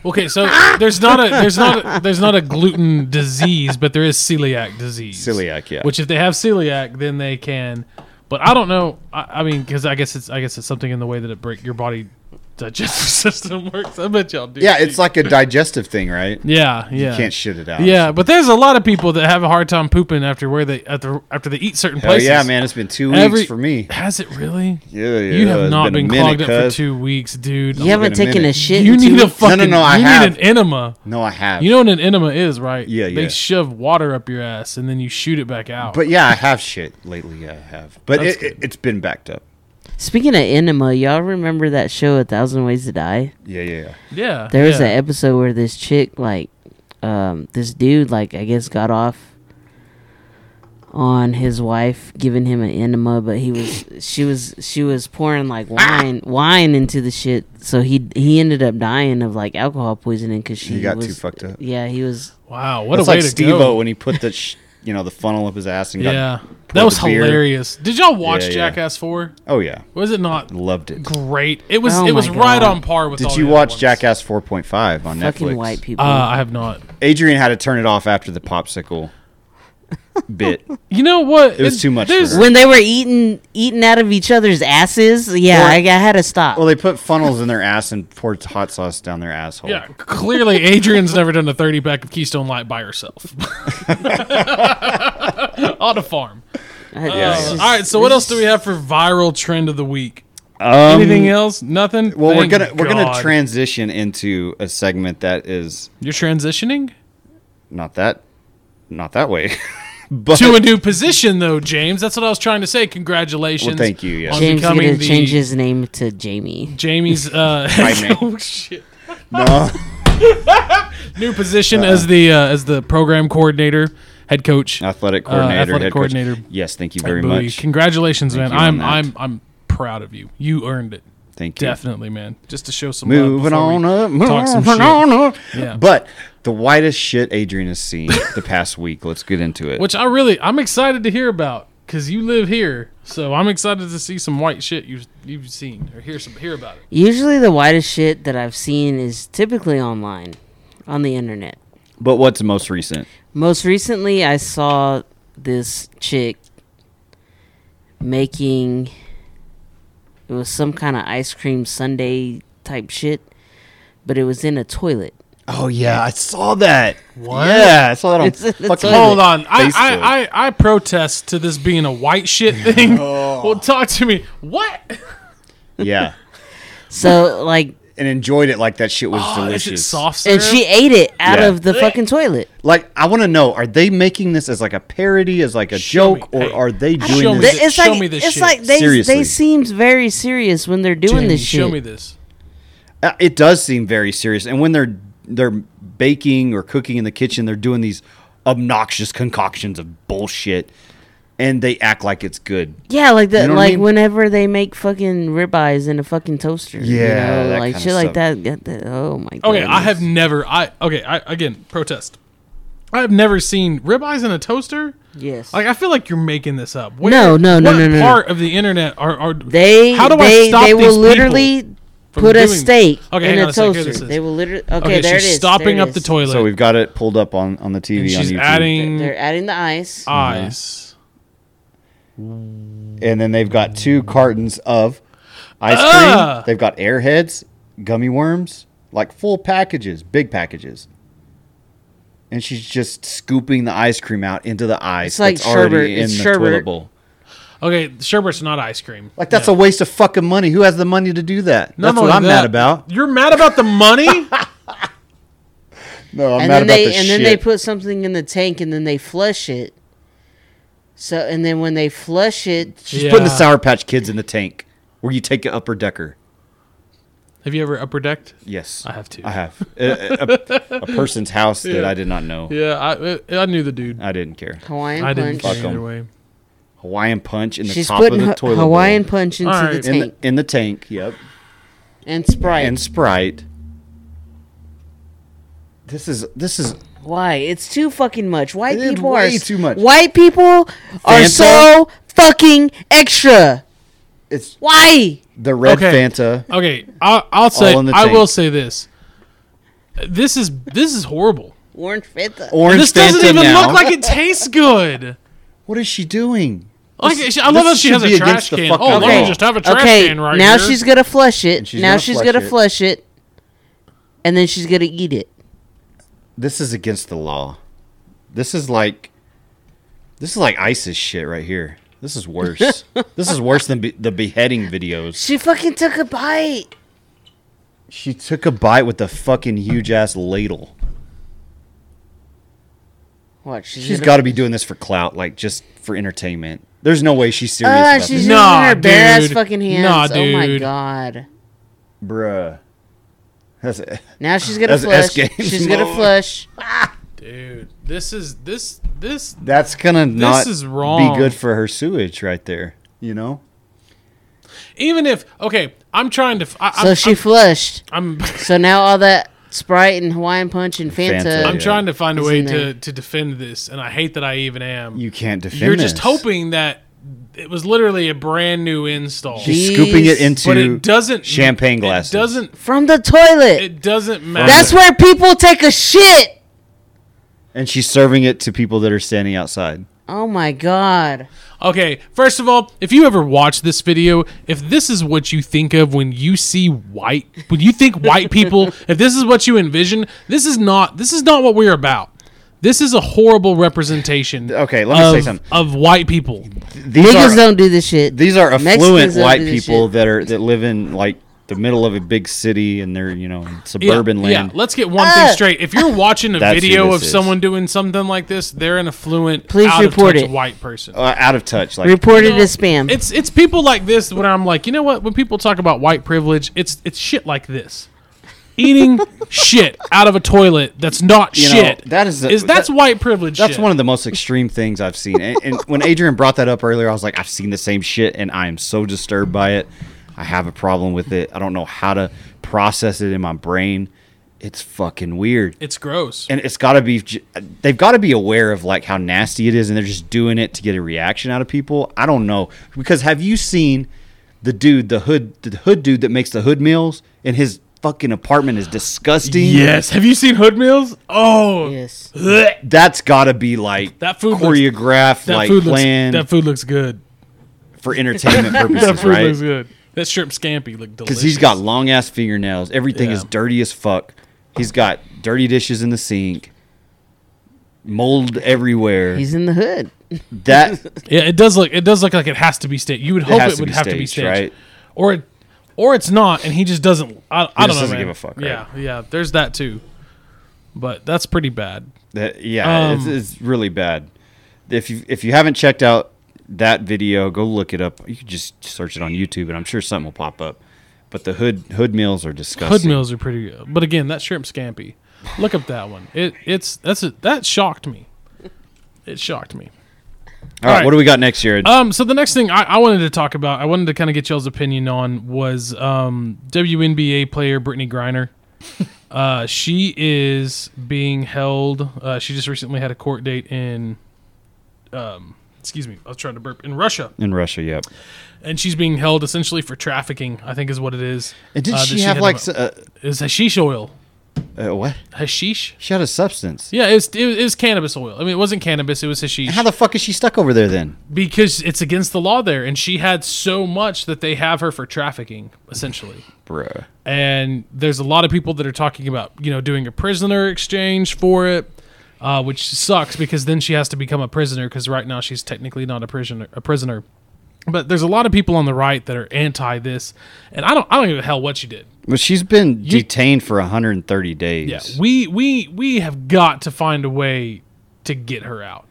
[SPEAKER 2] Okay, so there's not a there's not a, there's not a gluten disease, but there is celiac disease.
[SPEAKER 1] Celiac, yeah.
[SPEAKER 2] Which if they have celiac, then they can. But I don't know. I, I mean, because I guess it's I guess it's something in the way that it break your body digestive system works. I bet y'all do.
[SPEAKER 1] Yeah,
[SPEAKER 2] too.
[SPEAKER 1] it's like a digestive thing, right?
[SPEAKER 2] yeah, yeah.
[SPEAKER 1] You can't shit it out.
[SPEAKER 2] yeah, but there's a lot of people that have a hard time pooping after where they after after they eat certain
[SPEAKER 1] Hell
[SPEAKER 2] places.
[SPEAKER 1] Oh, yeah, man! It's been two weeks
[SPEAKER 2] Every-
[SPEAKER 1] for me.
[SPEAKER 2] Has it really?
[SPEAKER 1] Yeah, yeah.
[SPEAKER 2] You have
[SPEAKER 1] it's
[SPEAKER 2] not been,
[SPEAKER 1] a
[SPEAKER 2] clogged
[SPEAKER 1] minute,
[SPEAKER 2] up for
[SPEAKER 1] cuz.
[SPEAKER 2] two weeks, dude.
[SPEAKER 3] You haven't
[SPEAKER 1] a
[SPEAKER 3] taken a
[SPEAKER 1] minute.
[SPEAKER 3] shit.
[SPEAKER 2] you
[SPEAKER 3] in two
[SPEAKER 2] need a
[SPEAKER 3] weeks?
[SPEAKER 1] no,
[SPEAKER 2] fucking
[SPEAKER 1] no, I
[SPEAKER 2] you
[SPEAKER 1] have.
[SPEAKER 2] need an enema.
[SPEAKER 1] No, I have.
[SPEAKER 2] You know what an enema is, right?
[SPEAKER 1] Yeah,
[SPEAKER 2] They
[SPEAKER 1] yeah.
[SPEAKER 2] shove water up your ass and then you shoot it back out.
[SPEAKER 1] but yeah, I have shit lately. Yeah, I have. But
[SPEAKER 2] That's
[SPEAKER 1] it, it,
[SPEAKER 2] good.
[SPEAKER 1] it's been backed up.
[SPEAKER 3] Speaking of enema, y'all remember that show A Thousand Ways to Die?
[SPEAKER 1] Yeah, yeah, yeah.
[SPEAKER 2] yeah,
[SPEAKER 3] There was
[SPEAKER 2] yeah.
[SPEAKER 3] an episode where this chick, like, um, this dude, like, I guess got off on his wife giving him an enema, but he was she was she was pouring like
[SPEAKER 2] Ah!
[SPEAKER 3] wine wine into the shit, so he he ended up dying of like alcohol poisoning because she
[SPEAKER 1] He got
[SPEAKER 3] was,
[SPEAKER 1] too fucked up.
[SPEAKER 3] Yeah, he was.
[SPEAKER 2] wow. What
[SPEAKER 1] What
[SPEAKER 2] a
[SPEAKER 1] it's
[SPEAKER 2] way
[SPEAKER 1] like
[SPEAKER 2] to
[SPEAKER 1] Steve-O
[SPEAKER 2] go.
[SPEAKER 1] when he put the sh- you know the funnel up his ass and got
[SPEAKER 2] Yeah, that
[SPEAKER 1] poured
[SPEAKER 2] was
[SPEAKER 1] the beer.
[SPEAKER 2] hilarious. Did y'all watch
[SPEAKER 1] Yeah, yeah.
[SPEAKER 2] Jackass Four?
[SPEAKER 1] Oh yeah,
[SPEAKER 2] Was it not
[SPEAKER 1] loved it.
[SPEAKER 2] great? It was.
[SPEAKER 3] Oh
[SPEAKER 2] it was
[SPEAKER 3] my
[SPEAKER 2] right
[SPEAKER 3] God.
[SPEAKER 2] on par with.
[SPEAKER 1] Did
[SPEAKER 2] all
[SPEAKER 1] you
[SPEAKER 2] the other
[SPEAKER 1] watch
[SPEAKER 2] ones.
[SPEAKER 1] Jackass 4.5 on
[SPEAKER 3] Fucking
[SPEAKER 1] Netflix?
[SPEAKER 3] white people.
[SPEAKER 2] Uh, I have not.
[SPEAKER 1] Adrian had to turn it off after the popsicle bit.
[SPEAKER 2] You know what?
[SPEAKER 1] It was too much for
[SPEAKER 2] there's-
[SPEAKER 1] her.
[SPEAKER 3] when they were eating eating out of each other's asses, yeah,
[SPEAKER 1] Or-
[SPEAKER 3] I, I had to stop.
[SPEAKER 1] Well, they put funnels in their ass and poured hot sauce down their asshole.
[SPEAKER 2] Yeah, clearly Adrian's never done a 30 pack of Keystone Light by herself. on a farm.
[SPEAKER 3] I-
[SPEAKER 1] yeah.
[SPEAKER 3] it's
[SPEAKER 2] Uh, All
[SPEAKER 3] just-
[SPEAKER 2] right, so what
[SPEAKER 3] it's
[SPEAKER 2] else do we have for viral trend of the week?
[SPEAKER 1] Um,
[SPEAKER 2] Anything else? Nothing.
[SPEAKER 1] well, we're
[SPEAKER 2] Thank
[SPEAKER 1] gonna we're
[SPEAKER 2] God.
[SPEAKER 1] gonna transition into a segment that is
[SPEAKER 2] You're transitioning.
[SPEAKER 1] not that not that way. but
[SPEAKER 2] to a new position, though, James. That's what I was trying to say. Congratulations.
[SPEAKER 1] Well, thank you, yes.
[SPEAKER 2] on
[SPEAKER 3] James
[SPEAKER 2] becoming
[SPEAKER 3] going to
[SPEAKER 2] the-
[SPEAKER 3] change his name to Jamie.
[SPEAKER 2] Jamie's uh,
[SPEAKER 1] Jaime.
[SPEAKER 2] oh shit.
[SPEAKER 1] no,
[SPEAKER 2] new position as the uh, as the program coordinator, head coach,
[SPEAKER 1] athletic
[SPEAKER 2] Uh,
[SPEAKER 1] coordinator,
[SPEAKER 2] athletic
[SPEAKER 1] head coach.
[SPEAKER 2] coordinator.
[SPEAKER 1] Yes, thank you very
[SPEAKER 2] Bowie.
[SPEAKER 1] much.
[SPEAKER 2] Congratulations,
[SPEAKER 1] Thank
[SPEAKER 2] man.
[SPEAKER 1] you on
[SPEAKER 2] I'm
[SPEAKER 1] that.
[SPEAKER 2] I'm I'm proud of you. You earned it.
[SPEAKER 1] Thank you.
[SPEAKER 2] Definitely, man. Just to show some love
[SPEAKER 1] Moving
[SPEAKER 2] before we
[SPEAKER 1] on up, moving
[SPEAKER 2] talk some shit.
[SPEAKER 1] on up.
[SPEAKER 2] Yeah.
[SPEAKER 1] But the whitest shit Adrian has seen the past week. Let's get into it.
[SPEAKER 2] Which I really I'm excited to hear about cuz you live here. So I'm excited to see some white shit you you've seen or hear some hear about it.
[SPEAKER 3] Usually, the whitest shit that I've seen is typically online, on the internet.
[SPEAKER 1] But what's most recent?
[SPEAKER 3] Most recently, I saw this chick making it was some kind of ice cream sundae type shit, but it was in a toilet.
[SPEAKER 1] Oh yeah, I saw that.
[SPEAKER 2] What?
[SPEAKER 1] Yeah, I saw that on
[SPEAKER 3] It's- it's
[SPEAKER 1] fucking
[SPEAKER 3] on-
[SPEAKER 2] Hold on. I,
[SPEAKER 1] Facebook.
[SPEAKER 2] I, I, I protest to this being a white shit thing.
[SPEAKER 3] Oh.
[SPEAKER 2] Well, talk to me. What?
[SPEAKER 1] Yeah,
[SPEAKER 3] So like,
[SPEAKER 1] and enjoyed it like that shit was
[SPEAKER 2] Oh,
[SPEAKER 1] delicious.
[SPEAKER 2] is it soft syrup?
[SPEAKER 3] and she ate it out
[SPEAKER 1] Yeah.
[SPEAKER 3] of the fucking toilet.
[SPEAKER 1] Like I want to know, are they making this as like a parody, as like a
[SPEAKER 2] Show
[SPEAKER 1] joke,
[SPEAKER 2] me.
[SPEAKER 1] or
[SPEAKER 2] Hey,
[SPEAKER 1] are they doing
[SPEAKER 2] show me
[SPEAKER 1] this?
[SPEAKER 2] thi-
[SPEAKER 3] it's
[SPEAKER 2] show
[SPEAKER 3] like
[SPEAKER 2] me this
[SPEAKER 3] it's
[SPEAKER 2] shit.
[SPEAKER 3] like they
[SPEAKER 1] Seriously.
[SPEAKER 3] they seemed very serious when they're doing
[SPEAKER 2] Jamie,
[SPEAKER 3] this shit.
[SPEAKER 2] Show me this.
[SPEAKER 1] Uh, It does seem very serious. And when they're they're baking or cooking in the kitchen, they're doing these obnoxious concoctions of bullshit, and they act like it's good.
[SPEAKER 3] Yeah, like the
[SPEAKER 1] You know what I
[SPEAKER 3] like
[SPEAKER 1] mean?
[SPEAKER 3] whenever they make fucking ribeyes in a fucking toaster. you
[SPEAKER 1] Yeah,
[SPEAKER 3] know,
[SPEAKER 1] that
[SPEAKER 3] like
[SPEAKER 1] kinda
[SPEAKER 3] shit like
[SPEAKER 1] sucks.
[SPEAKER 3] that. Get that- Oh my god.
[SPEAKER 2] Okay, I have never. I okay. I again protest. I have never seen ribeyes in a toaster.
[SPEAKER 3] yes.
[SPEAKER 2] Like I feel like you're making this up. Where,
[SPEAKER 3] No, no, no,
[SPEAKER 2] what
[SPEAKER 3] no, no, no.
[SPEAKER 2] Part of the internet are are
[SPEAKER 3] They
[SPEAKER 2] How do
[SPEAKER 3] they,
[SPEAKER 2] I stop
[SPEAKER 3] they
[SPEAKER 2] these
[SPEAKER 3] will literally
[SPEAKER 2] from
[SPEAKER 3] put a
[SPEAKER 2] doing-
[SPEAKER 3] steak
[SPEAKER 2] Okay,
[SPEAKER 3] in
[SPEAKER 2] hang
[SPEAKER 3] a
[SPEAKER 2] on a sec, here
[SPEAKER 3] toaster.
[SPEAKER 2] this is.
[SPEAKER 3] they will literally
[SPEAKER 2] people?
[SPEAKER 3] Okay, there
[SPEAKER 2] she's
[SPEAKER 3] it is.
[SPEAKER 2] stopping
[SPEAKER 3] there it
[SPEAKER 2] up the
[SPEAKER 3] is.
[SPEAKER 2] toilet.
[SPEAKER 1] So we've got it pulled up on on the TV.
[SPEAKER 2] and she's
[SPEAKER 1] on YouTube.
[SPEAKER 2] adding
[SPEAKER 3] They're adding the ice.
[SPEAKER 2] eyes.
[SPEAKER 1] and then they've got two cartons of ice
[SPEAKER 2] Ah!
[SPEAKER 1] cream. They've got airheads, gummy worms, like full packages, big packages. And she's just scooping the ice cream out into the ice
[SPEAKER 3] It's like
[SPEAKER 1] that's already
[SPEAKER 3] sherbet-
[SPEAKER 1] in
[SPEAKER 3] it's
[SPEAKER 1] the
[SPEAKER 3] sherbet.
[SPEAKER 1] toilet bowl. Uh-huh.
[SPEAKER 2] Okay, sherbet's not ice cream.
[SPEAKER 1] Like that's
[SPEAKER 2] No.
[SPEAKER 1] a waste of fucking money. Who has the money to do that?
[SPEAKER 2] Not
[SPEAKER 1] that's what
[SPEAKER 2] only
[SPEAKER 1] I'm
[SPEAKER 2] that,
[SPEAKER 1] mad about.
[SPEAKER 2] You're mad about the money?
[SPEAKER 1] No, I'm
[SPEAKER 3] and
[SPEAKER 1] mad
[SPEAKER 3] then
[SPEAKER 1] about
[SPEAKER 3] they
[SPEAKER 1] the
[SPEAKER 3] and
[SPEAKER 1] shit.
[SPEAKER 3] then they put something in the tank and then they flush it. So and then when they flush it,
[SPEAKER 1] she's putting the
[SPEAKER 2] Yeah.
[SPEAKER 1] Sour Patch Kids in the tank, where you take an upper decker.
[SPEAKER 2] have you ever upper decked?
[SPEAKER 1] Yes,
[SPEAKER 2] I have too.
[SPEAKER 1] I have a, a- a- a person's house that
[SPEAKER 2] Yeah.
[SPEAKER 1] I did not know.
[SPEAKER 2] Yeah, I I- I knew the dude.
[SPEAKER 1] I didn't care.
[SPEAKER 3] Hawaiian
[SPEAKER 2] I didn't
[SPEAKER 3] punch.
[SPEAKER 2] care
[SPEAKER 1] Fuck 'em.
[SPEAKER 2] either way.
[SPEAKER 1] Hawaiian punch in the
[SPEAKER 3] She's
[SPEAKER 1] top of
[SPEAKER 3] putting
[SPEAKER 1] the
[SPEAKER 3] Ha-
[SPEAKER 1] toilet. bowl.
[SPEAKER 3] Hawaiian punch into
[SPEAKER 2] Alright.
[SPEAKER 3] the
[SPEAKER 1] in the,
[SPEAKER 3] tank
[SPEAKER 1] in the tank. Yep,
[SPEAKER 3] and Sprite.
[SPEAKER 1] and Sprite. This is this is
[SPEAKER 3] Why? It's too fucking much. White
[SPEAKER 1] It is
[SPEAKER 3] people
[SPEAKER 1] way
[SPEAKER 3] are s-
[SPEAKER 1] too much.
[SPEAKER 3] White people are
[SPEAKER 1] Fanta?
[SPEAKER 3] so fucking extra.
[SPEAKER 1] it's
[SPEAKER 3] Why?
[SPEAKER 1] the red
[SPEAKER 2] Okay.
[SPEAKER 1] Fanta.
[SPEAKER 2] Okay, I, I'll say
[SPEAKER 1] in the
[SPEAKER 2] I
[SPEAKER 1] tank.
[SPEAKER 2] will say this. This is this is horrible.
[SPEAKER 3] Orange Fanta.
[SPEAKER 1] Orange
[SPEAKER 2] this doesn't
[SPEAKER 1] Fanta
[SPEAKER 2] even
[SPEAKER 1] now.
[SPEAKER 2] look like it tastes good.
[SPEAKER 1] What is she doing?
[SPEAKER 2] Like
[SPEAKER 1] This-
[SPEAKER 2] she- I
[SPEAKER 1] this
[SPEAKER 2] love how she
[SPEAKER 1] should
[SPEAKER 2] has
[SPEAKER 1] be
[SPEAKER 2] a
[SPEAKER 1] against
[SPEAKER 2] trash
[SPEAKER 1] the
[SPEAKER 2] can.
[SPEAKER 1] fucking
[SPEAKER 2] Oh, let
[SPEAKER 1] law.
[SPEAKER 2] me just have a trash can right
[SPEAKER 3] now
[SPEAKER 2] here.
[SPEAKER 3] she's gonna flush it.
[SPEAKER 1] she's
[SPEAKER 3] now
[SPEAKER 1] gonna
[SPEAKER 3] she's
[SPEAKER 1] flush
[SPEAKER 3] gonna
[SPEAKER 1] it.
[SPEAKER 3] flush it, and then she's gonna eat it.
[SPEAKER 1] This is against the law. This is like this is like ISIS shit right here. This is worse. this is worse than be, the beheading videos.
[SPEAKER 3] She fucking took a bite.
[SPEAKER 1] She took a bite with the fucking huge ass ladle.
[SPEAKER 3] What? She's,
[SPEAKER 1] She's
[SPEAKER 3] gonna-
[SPEAKER 1] got to be doing this for clout, like just for entertainment. There's no way she's
[SPEAKER 2] Uh,
[SPEAKER 1] serious.
[SPEAKER 3] Ah,
[SPEAKER 1] about
[SPEAKER 3] she's
[SPEAKER 1] this.
[SPEAKER 3] using
[SPEAKER 2] Nah,
[SPEAKER 3] her bare ass
[SPEAKER 2] dude.
[SPEAKER 3] fucking hands.
[SPEAKER 2] Nah,
[SPEAKER 3] Oh my
[SPEAKER 2] dude.
[SPEAKER 3] god.
[SPEAKER 1] Bruh. That's it.
[SPEAKER 3] Now she's gonna
[SPEAKER 1] That's
[SPEAKER 3] flush.
[SPEAKER 1] S Games
[SPEAKER 3] She's gonna
[SPEAKER 1] mode.
[SPEAKER 3] flush.
[SPEAKER 2] Dude, this is this this
[SPEAKER 1] That's gonna not
[SPEAKER 2] is wrong.
[SPEAKER 1] be good for her sewage right there. You know?
[SPEAKER 2] even if okay, I'm trying to. f- I,
[SPEAKER 3] So
[SPEAKER 2] am
[SPEAKER 3] she flushed.
[SPEAKER 2] I'm
[SPEAKER 3] So now all that Sprite and Hawaiian Punch and Fanta.
[SPEAKER 1] Fanta,
[SPEAKER 2] I'm
[SPEAKER 1] Yeah.
[SPEAKER 2] trying to find a
[SPEAKER 3] It's
[SPEAKER 2] way
[SPEAKER 3] in there.
[SPEAKER 2] to to defend this, and I hate that I even am.
[SPEAKER 1] You can't defend.
[SPEAKER 2] You're just
[SPEAKER 1] this.
[SPEAKER 2] hoping that it was literally a brand new install,
[SPEAKER 1] She's scooping it
[SPEAKER 3] Jeez.
[SPEAKER 1] into
[SPEAKER 2] but it doesn't
[SPEAKER 1] champagne glasses.
[SPEAKER 2] It doesn't.
[SPEAKER 3] from the toilet.
[SPEAKER 2] It doesn't matter.
[SPEAKER 3] That's where people take a shit.
[SPEAKER 1] and she's serving it to people that are standing outside.
[SPEAKER 3] Oh my god.
[SPEAKER 2] Okay, first of all, if you ever watch this video, if this is what you think of when you see white, when you think white people, if this is what you envision, this is not this is not what we're about. This is a horrible representation.
[SPEAKER 1] Okay, let me say
[SPEAKER 2] of-
[SPEAKER 1] something.
[SPEAKER 2] of white people.
[SPEAKER 1] These
[SPEAKER 3] Niggas
[SPEAKER 1] are
[SPEAKER 3] don't do this shit.
[SPEAKER 1] these are
[SPEAKER 3] Mexicans
[SPEAKER 1] affluent
[SPEAKER 3] don't
[SPEAKER 1] white
[SPEAKER 3] do this
[SPEAKER 1] people
[SPEAKER 3] shit.
[SPEAKER 1] that are that live in like the middle of a big city and they're you know in suburban land.
[SPEAKER 2] let's get one
[SPEAKER 3] Ah!
[SPEAKER 2] thing straight. If you're watching a
[SPEAKER 1] That's who
[SPEAKER 2] video
[SPEAKER 1] this
[SPEAKER 2] of
[SPEAKER 1] is.
[SPEAKER 2] someone doing something like this, they're an affluent,
[SPEAKER 3] Please
[SPEAKER 2] out of
[SPEAKER 3] report
[SPEAKER 2] touch
[SPEAKER 3] it.
[SPEAKER 2] white person.
[SPEAKER 1] uh, out of touch. Like
[SPEAKER 3] Reported
[SPEAKER 2] No,
[SPEAKER 3] as spam.
[SPEAKER 2] It's it's people like this when I'm like, you know what? When people talk about white privilege, it's it's shit like this. Eating shit out of a toilet that's not
[SPEAKER 1] You know,
[SPEAKER 2] shit.
[SPEAKER 1] that is a-
[SPEAKER 2] is that's
[SPEAKER 1] that-
[SPEAKER 2] white privilege.
[SPEAKER 1] that's
[SPEAKER 2] shit.
[SPEAKER 1] one of the most extreme things I've seen. And, and when Adrian brought that up earlier, I was like, I've seen the same shit, and I am so disturbed by it. I have a problem with it. I don't know how to process it in my brain. It's fucking weird.
[SPEAKER 2] It's gross.
[SPEAKER 1] and it's got to be j- they've got to be aware of like how nasty it is and they're just doing it to get a reaction out of people i don't know because have you seen the dude the hood the hood dude that makes the hood meals and his fucking apartment is disgusting
[SPEAKER 2] yes. Have you seen Hood Meals? Oh.
[SPEAKER 3] yes.
[SPEAKER 2] blech.
[SPEAKER 1] that's got to be like
[SPEAKER 2] That food looks-
[SPEAKER 1] choreographed
[SPEAKER 2] That
[SPEAKER 1] like
[SPEAKER 2] food looks
[SPEAKER 1] planned
[SPEAKER 2] that food looks good.
[SPEAKER 1] for entertainment
[SPEAKER 2] That
[SPEAKER 1] purposes
[SPEAKER 2] food
[SPEAKER 1] right
[SPEAKER 2] looks good. That shrimp scampi looked delicious.
[SPEAKER 1] because he's got long ass fingernails everything is
[SPEAKER 2] Yeah.
[SPEAKER 1] dirty as fuck he's got dirty dishes in the sink mold everywhere
[SPEAKER 3] He's in the hood.
[SPEAKER 1] that
[SPEAKER 2] Yeah, it does look it does look like it has to be staged. You would hope
[SPEAKER 1] has
[SPEAKER 2] it
[SPEAKER 1] to
[SPEAKER 2] would
[SPEAKER 1] be
[SPEAKER 2] have to be
[SPEAKER 1] staged, right?
[SPEAKER 2] staged, Or it, or it's not, and he just doesn't.
[SPEAKER 1] He
[SPEAKER 2] I, I don't
[SPEAKER 1] just
[SPEAKER 2] know.
[SPEAKER 1] doesn't
[SPEAKER 2] man.
[SPEAKER 1] give a fuck, right?
[SPEAKER 2] Yeah, yeah. There's that too, but that's pretty bad.
[SPEAKER 1] That yeah,
[SPEAKER 2] Um,
[SPEAKER 1] it's, it's really bad. If you if you haven't checked out that video, go look it up. You can just search it on YouTube, and I'm sure something will pop up. But the hood hood meals are disgusting.
[SPEAKER 2] Hood meals are pretty good, but again, that shrimp scampi. Look up that one. It it's that's a, that shocked me. It shocked me.
[SPEAKER 1] All right,
[SPEAKER 2] All right.
[SPEAKER 1] what do we got next, Jared?
[SPEAKER 2] Um, so the next thing I, I wanted to talk about, I wanted to kind of get y'all's opinion on was um, WNBA player Brittany Griner. Uh, she is being held. Uh, she just recently had a court date in, um, excuse me, I was trying to burp in Russia,
[SPEAKER 1] in Russia, yep.
[SPEAKER 2] and she's being held essentially for trafficking. I think is what it is.
[SPEAKER 1] And did
[SPEAKER 2] Uh, that
[SPEAKER 1] she have
[SPEAKER 2] had
[SPEAKER 1] like uh,
[SPEAKER 2] mo- is hashish oil?
[SPEAKER 1] what?
[SPEAKER 2] Hashish?
[SPEAKER 1] She had a substance.
[SPEAKER 2] Yeah, it was, it was, it was cannabis oil. I mean, it wasn't cannabis. It was hashish.
[SPEAKER 1] How the fuck is she stuck over there then?
[SPEAKER 2] because it's against the law there and she had so much that they have her for trafficking essentially
[SPEAKER 1] Bruh.
[SPEAKER 2] and there's a lot of people that are talking about you know doing a prisoner exchange for it uh, which sucks because then she has to become a prisoner because right now she's technically not a prisoner a prisoner but there's a lot of people on the right that are anti this and i don't i don't give a hell what she did
[SPEAKER 1] But she's been detained for 130 days.
[SPEAKER 2] yeah we we we have got to find a way to get her out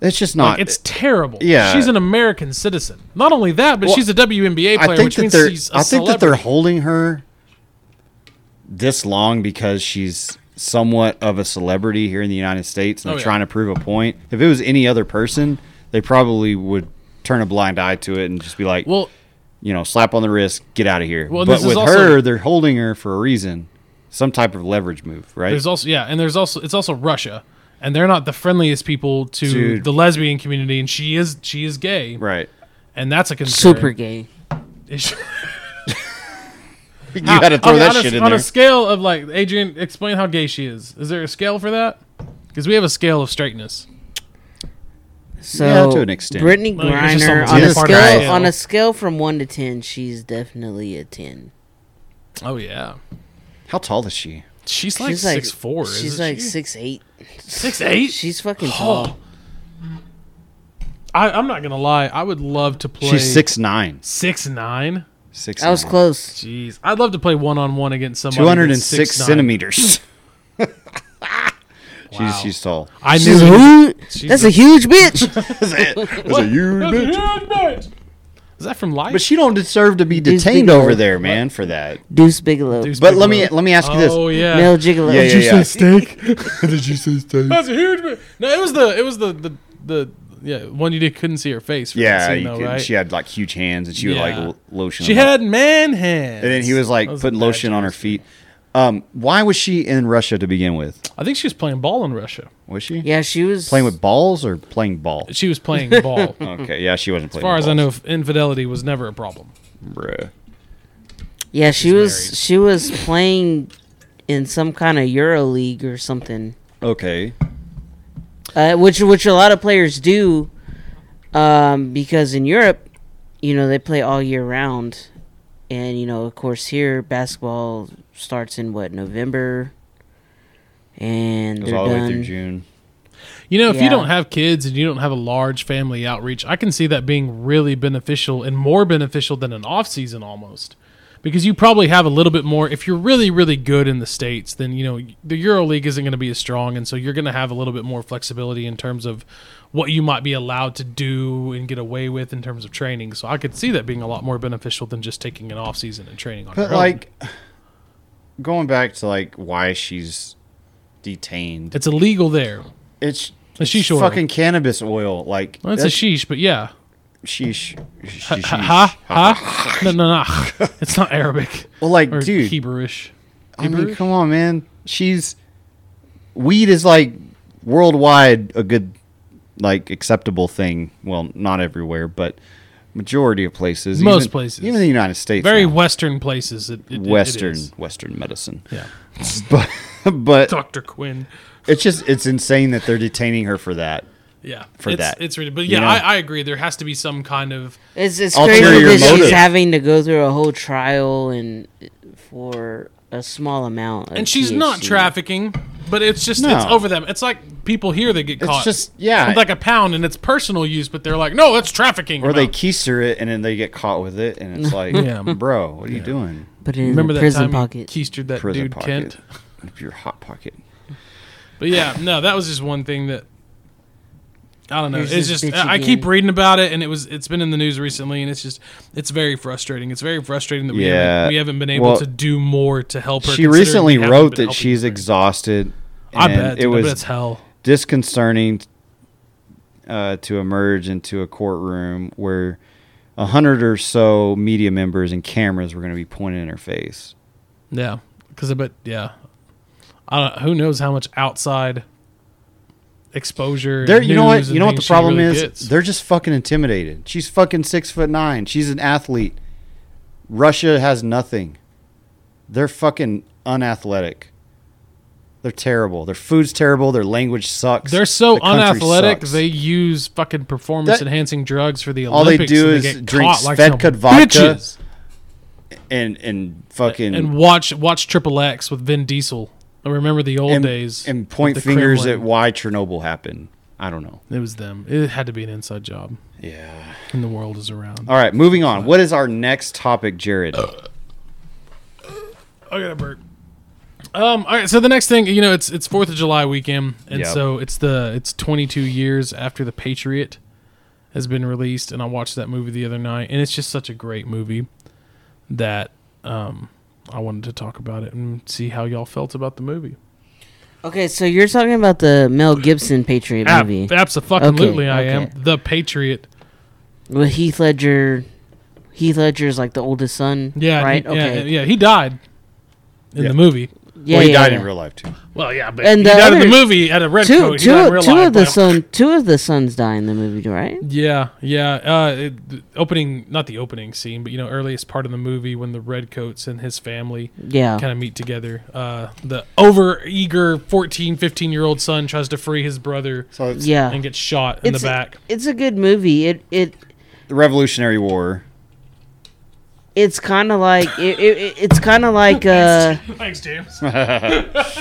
[SPEAKER 1] it's just not.
[SPEAKER 2] It's terrible.
[SPEAKER 1] Uh, yeah.
[SPEAKER 2] she's an American citizen. Not only that, but
[SPEAKER 1] Well,
[SPEAKER 2] she's a WNBA player,
[SPEAKER 1] I think
[SPEAKER 2] which
[SPEAKER 1] that
[SPEAKER 2] means
[SPEAKER 1] they're.
[SPEAKER 2] she's a
[SPEAKER 1] I think that they're
[SPEAKER 2] celebrity.
[SPEAKER 1] holding her this long because she's somewhat of a celebrity here in the United States, and
[SPEAKER 2] Oh,
[SPEAKER 1] they're
[SPEAKER 2] yeah.
[SPEAKER 1] trying to prove a point. If it was any other person, they probably would turn a blind eye to it and just be like,
[SPEAKER 2] well.
[SPEAKER 1] you know, slap on the wrist, get out of here.
[SPEAKER 2] Well,
[SPEAKER 1] but
[SPEAKER 2] this is
[SPEAKER 1] with
[SPEAKER 2] also-
[SPEAKER 1] her, they're holding her for a reason, some type of leverage move, right?
[SPEAKER 2] There's also yeah, and there's also it's also Russia, and they're not the friendliest people to
[SPEAKER 1] Dude.
[SPEAKER 2] the lesbian community, and she is she is gay,
[SPEAKER 1] Right.
[SPEAKER 2] and that's a concern.
[SPEAKER 3] Super gay.
[SPEAKER 2] Is she-
[SPEAKER 1] You had to throw
[SPEAKER 2] on,
[SPEAKER 1] that
[SPEAKER 2] on a,
[SPEAKER 1] shit in
[SPEAKER 2] on
[SPEAKER 1] there.
[SPEAKER 2] a scale of like Adrian, explain how gay she is. Is there a scale for that? Because we have a scale of straightness.
[SPEAKER 3] So
[SPEAKER 1] Yeah, to an extent.
[SPEAKER 3] Brittany
[SPEAKER 2] Well, it's just
[SPEAKER 3] Griner
[SPEAKER 2] on
[SPEAKER 3] on a
[SPEAKER 1] the part of
[SPEAKER 3] scale
[SPEAKER 1] it.
[SPEAKER 3] on a scale from one to ten, she's definitely a ten.
[SPEAKER 2] Oh yeah,
[SPEAKER 1] How tall is she?
[SPEAKER 2] she's like
[SPEAKER 3] she's like
[SPEAKER 2] six four.
[SPEAKER 3] She's like six eight.
[SPEAKER 2] six eight.
[SPEAKER 3] She's fucking
[SPEAKER 2] Oh.
[SPEAKER 3] tall.
[SPEAKER 2] I, I'm not gonna lie. I would love to play.
[SPEAKER 1] She's six nine.
[SPEAKER 2] six nine.
[SPEAKER 1] Six.
[SPEAKER 3] I was
[SPEAKER 1] nine.
[SPEAKER 3] close.
[SPEAKER 2] Jeez, I'd love to play one on one against somebody.
[SPEAKER 1] Two hundred and
[SPEAKER 2] that's
[SPEAKER 1] six
[SPEAKER 2] 6'9".
[SPEAKER 1] centimeters.
[SPEAKER 2] Wow.
[SPEAKER 1] She's she's tall.
[SPEAKER 2] I
[SPEAKER 3] She's a
[SPEAKER 2] knew.
[SPEAKER 3] huge,
[SPEAKER 2] She's
[SPEAKER 3] that's
[SPEAKER 2] a-
[SPEAKER 3] a huge bitch.
[SPEAKER 1] That's a huge bitch.
[SPEAKER 2] Is that from Life?
[SPEAKER 1] But she don't deserve to be
[SPEAKER 3] Deuce
[SPEAKER 1] detained
[SPEAKER 3] Bigelow.
[SPEAKER 1] over there, man, for that.
[SPEAKER 3] Deuce Bigelow.
[SPEAKER 2] Deuce
[SPEAKER 1] But
[SPEAKER 2] Big
[SPEAKER 1] let me
[SPEAKER 2] Love.
[SPEAKER 1] let me ask you this.
[SPEAKER 2] Oh yeah.
[SPEAKER 3] Mel Gigolo.
[SPEAKER 1] Yeah, yeah, yeah.
[SPEAKER 2] steak?
[SPEAKER 4] Did you say steak?
[SPEAKER 2] That's a huge. bit. No, it was the it was the the the yeah one you did, couldn't see her face. For
[SPEAKER 1] Yeah,
[SPEAKER 2] that scene,
[SPEAKER 1] you
[SPEAKER 2] though,
[SPEAKER 1] could-
[SPEAKER 2] right?
[SPEAKER 1] she had like huge hands, and she would like
[SPEAKER 2] Yeah.
[SPEAKER 1] l- lotion.
[SPEAKER 2] She
[SPEAKER 1] them up.
[SPEAKER 2] had man hands.
[SPEAKER 1] and then he was like
[SPEAKER 2] That a
[SPEAKER 1] putting
[SPEAKER 2] bad
[SPEAKER 1] lotion on her
[SPEAKER 2] choice.
[SPEAKER 1] feet. Um, why was she in Russia to begin with?
[SPEAKER 2] I think she was playing ball in Russia.
[SPEAKER 1] Was she
[SPEAKER 3] Yeah, she was
[SPEAKER 1] playing with balls or playing ball?
[SPEAKER 2] She was playing ball. as
[SPEAKER 1] Okay, yeah, she wasn't playing.
[SPEAKER 2] far
[SPEAKER 1] with
[SPEAKER 2] as I know,
[SPEAKER 1] balls.
[SPEAKER 2] f- infidelity was never a problem.
[SPEAKER 1] Bruh.
[SPEAKER 3] Yeah, she was
[SPEAKER 2] married.
[SPEAKER 3] she was playing in some kind of Euro League or something,
[SPEAKER 1] Okay,
[SPEAKER 3] uh, which which a lot of players do, um, because in Europe, you know, they play all year round, and you know, of course, here basketball starts in what November, and
[SPEAKER 1] it
[SPEAKER 3] they're
[SPEAKER 1] was all the way
[SPEAKER 3] done.
[SPEAKER 1] through June.
[SPEAKER 2] You know, if you
[SPEAKER 3] Yeah.
[SPEAKER 2] don't have kids and you don't have a large family outreach, I can see that being really beneficial and more beneficial than an off season almost. because you probably have a little bit more. If you're really, really good in the states, then you know the Euro League isn't going to be as strong, and so you're going to have a little bit more flexibility in terms of what you might be allowed to do and get away with in terms of training. So I could see that being a lot more beneficial than just taking an off season and training on
[SPEAKER 1] But
[SPEAKER 2] your own.
[SPEAKER 1] like going back to like why she's detained.
[SPEAKER 2] it's illegal there.
[SPEAKER 1] It's
[SPEAKER 2] A
[SPEAKER 1] it's
[SPEAKER 2] sheesh oil.
[SPEAKER 1] fucking cannabis oil. Like
[SPEAKER 2] Well, it's
[SPEAKER 1] that's
[SPEAKER 2] a sheesh, but yeah.
[SPEAKER 1] sheesh. sheesh.
[SPEAKER 2] Ha ha ha. No no no. It's not Arabic
[SPEAKER 1] Well, like
[SPEAKER 2] or
[SPEAKER 1] dude,
[SPEAKER 2] Hebrewish.
[SPEAKER 1] I mean,
[SPEAKER 2] Hebrewish?
[SPEAKER 1] come on, man. She's weed is like worldwide a good like acceptable thing. Well, not everywhere, but majority of places,
[SPEAKER 2] Most
[SPEAKER 1] even-
[SPEAKER 2] places.
[SPEAKER 1] even the United States,
[SPEAKER 2] Very
[SPEAKER 1] now.
[SPEAKER 2] Western places. It, it- it- it
[SPEAKER 1] Western
[SPEAKER 2] is.
[SPEAKER 1] Western medicine.
[SPEAKER 2] Yeah.
[SPEAKER 1] But but
[SPEAKER 2] Doctor Quinn.
[SPEAKER 1] it's just it's insane that they're detaining her for that.
[SPEAKER 2] Yeah.
[SPEAKER 1] For
[SPEAKER 2] it's,
[SPEAKER 1] that.
[SPEAKER 2] It's really, but
[SPEAKER 1] You
[SPEAKER 2] yeah,
[SPEAKER 1] know?
[SPEAKER 2] I, I agree. There has to be some kind of
[SPEAKER 3] It's it's
[SPEAKER 1] Ulterior
[SPEAKER 3] crazy that
[SPEAKER 1] motive.
[SPEAKER 3] she's having to go through a whole trial and for a small amount. Of
[SPEAKER 2] and she's not
[SPEAKER 3] THC.
[SPEAKER 2] trafficking, but it's just it's
[SPEAKER 1] No.
[SPEAKER 2] over them. It's like people here that get
[SPEAKER 1] It's
[SPEAKER 2] caught.
[SPEAKER 1] just yeah.
[SPEAKER 2] with like a pound and it's personal use, but they're like, no, that's trafficking.
[SPEAKER 1] or
[SPEAKER 2] I'm
[SPEAKER 1] they
[SPEAKER 2] out.
[SPEAKER 1] keister it and then they get caught with it and it's like,
[SPEAKER 2] Yeah.
[SPEAKER 1] bro, what are you doing?
[SPEAKER 3] Put it in
[SPEAKER 2] remember
[SPEAKER 3] Remember
[SPEAKER 2] that
[SPEAKER 3] the prison
[SPEAKER 2] time
[SPEAKER 3] pocket.
[SPEAKER 2] you keistered that
[SPEAKER 1] Prison
[SPEAKER 2] dude
[SPEAKER 1] pocket.
[SPEAKER 2] Kent.
[SPEAKER 1] Your hot pocket.
[SPEAKER 2] But yeah, no, that was just one thing that I don't know.
[SPEAKER 3] Here's
[SPEAKER 2] it's
[SPEAKER 3] this
[SPEAKER 2] just
[SPEAKER 3] bitch
[SPEAKER 2] I I keep
[SPEAKER 3] again.
[SPEAKER 2] reading about it, and it was it's been in the news recently, and it's just it's very frustrating. It's very frustrating that we
[SPEAKER 1] Yeah.
[SPEAKER 2] haven't, we haven't been able
[SPEAKER 1] Well,
[SPEAKER 2] to do more to help her.
[SPEAKER 1] She
[SPEAKER 2] considering we
[SPEAKER 1] recently
[SPEAKER 2] haven't
[SPEAKER 1] wrote
[SPEAKER 2] been
[SPEAKER 1] that
[SPEAKER 2] helping
[SPEAKER 1] she's
[SPEAKER 2] her.
[SPEAKER 1] exhausted.
[SPEAKER 2] I
[SPEAKER 1] and
[SPEAKER 2] bet
[SPEAKER 1] it
[SPEAKER 2] dude, I bet
[SPEAKER 1] was
[SPEAKER 2] it's hell.
[SPEAKER 1] disconcerting uh, to emerge into a courtroom where a hundred or so media members and cameras were going to be pointed in her face.
[SPEAKER 2] Yeah, because I bet yeah. I don't, who knows how much outside exposure.
[SPEAKER 1] They're, you know what?
[SPEAKER 2] news and
[SPEAKER 1] You know what the
[SPEAKER 2] things she
[SPEAKER 1] problem
[SPEAKER 2] really
[SPEAKER 1] is?
[SPEAKER 2] gets.
[SPEAKER 1] They're just fucking intimidated. She's fucking six foot nine. She's an athlete. Russia has nothing. They're fucking unathletic. They're terrible. Their food's terrible. Their language sucks.
[SPEAKER 2] They're so
[SPEAKER 1] The country
[SPEAKER 2] unathletic.
[SPEAKER 1] sucks.
[SPEAKER 2] They use fucking performance enhancing drugs for the
[SPEAKER 1] All they
[SPEAKER 2] Olympics.
[SPEAKER 1] do
[SPEAKER 2] and
[SPEAKER 1] is
[SPEAKER 2] get
[SPEAKER 1] drink
[SPEAKER 2] caught like
[SPEAKER 1] Svedka
[SPEAKER 2] some
[SPEAKER 1] vodka
[SPEAKER 2] bitches.
[SPEAKER 1] and and fucking
[SPEAKER 2] and watch watch Triple X with Vin Diesel. I remember the old
[SPEAKER 1] and,
[SPEAKER 2] days.
[SPEAKER 1] and point
[SPEAKER 2] with the
[SPEAKER 1] fingers at
[SPEAKER 2] Kremlin.
[SPEAKER 1] why Chernobyl happened. I don't know.
[SPEAKER 2] It was them. It had to be an inside job.
[SPEAKER 1] Yeah.
[SPEAKER 2] And the world is around.
[SPEAKER 1] All right, moving on. What is our next topic, Jared?
[SPEAKER 2] I got a burp. Um, all right, so the next thing, you know, it's it's Fourth of July weekend, and
[SPEAKER 1] Yep.
[SPEAKER 2] so it's the it's 22 years after the Patriot has been released, and I watched that movie the other night, and it's just such a great movie that um, I wanted to talk about it and see how y'all felt about the movie.
[SPEAKER 3] Okay, so you're talking about the Mel Gibson Patriot
[SPEAKER 2] Ab-
[SPEAKER 3] movie
[SPEAKER 2] Absolutely, I
[SPEAKER 3] okay.
[SPEAKER 2] am the Patriot.
[SPEAKER 3] with Heath Ledger. Heath Ledger's like the oldest son.
[SPEAKER 2] Yeah,
[SPEAKER 3] Right.
[SPEAKER 2] he-
[SPEAKER 3] okay.
[SPEAKER 2] Yeah, yeah, he died in
[SPEAKER 1] Yeah.
[SPEAKER 2] the movie.
[SPEAKER 3] Yeah,
[SPEAKER 1] well, he
[SPEAKER 3] yeah,
[SPEAKER 1] died
[SPEAKER 3] yeah.
[SPEAKER 1] in real life too.
[SPEAKER 2] Well, yeah, but
[SPEAKER 3] And
[SPEAKER 2] he
[SPEAKER 3] the
[SPEAKER 2] died in the
[SPEAKER 3] other-
[SPEAKER 2] movie at a red
[SPEAKER 3] Two,
[SPEAKER 2] coat. He died in
[SPEAKER 3] two,
[SPEAKER 2] real
[SPEAKER 3] two
[SPEAKER 2] life.
[SPEAKER 3] of the
[SPEAKER 2] Well,
[SPEAKER 3] son, two of the sons die in the movie, right?
[SPEAKER 2] Yeah, yeah. Uh, it, the opening, not the opening scene, but you know, earliest part of the movie when the redcoats and his family
[SPEAKER 3] Yeah.
[SPEAKER 2] kind of meet together. Uh, the over eager 14, 15 year old son tries to free his brother
[SPEAKER 1] So it's
[SPEAKER 3] yeah.
[SPEAKER 2] and gets shot in
[SPEAKER 3] It's-
[SPEAKER 2] the back.
[SPEAKER 3] It's a good movie. It it
[SPEAKER 1] the Revolutionary War.
[SPEAKER 3] it's kind of like it, it, it- it's kind of like uh
[SPEAKER 2] Thanks, James.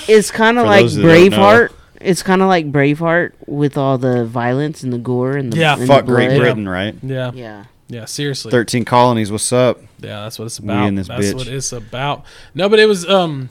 [SPEAKER 3] it's kind of
[SPEAKER 1] For
[SPEAKER 3] like
[SPEAKER 1] those that don't know.
[SPEAKER 3] Braveheart. It's kind of like Braveheart with all the violence and the gore and the
[SPEAKER 2] Yeah.
[SPEAKER 3] and the
[SPEAKER 1] Fuck Great
[SPEAKER 3] blood.
[SPEAKER 1] Britain, right?
[SPEAKER 2] Yeah,
[SPEAKER 3] Yeah.
[SPEAKER 2] yeah. Seriously,
[SPEAKER 1] Thirteen colonies. What's up?
[SPEAKER 2] Yeah, that's what it's about.
[SPEAKER 1] in this
[SPEAKER 2] that's
[SPEAKER 1] bitch.
[SPEAKER 2] what it's about. No, but it was um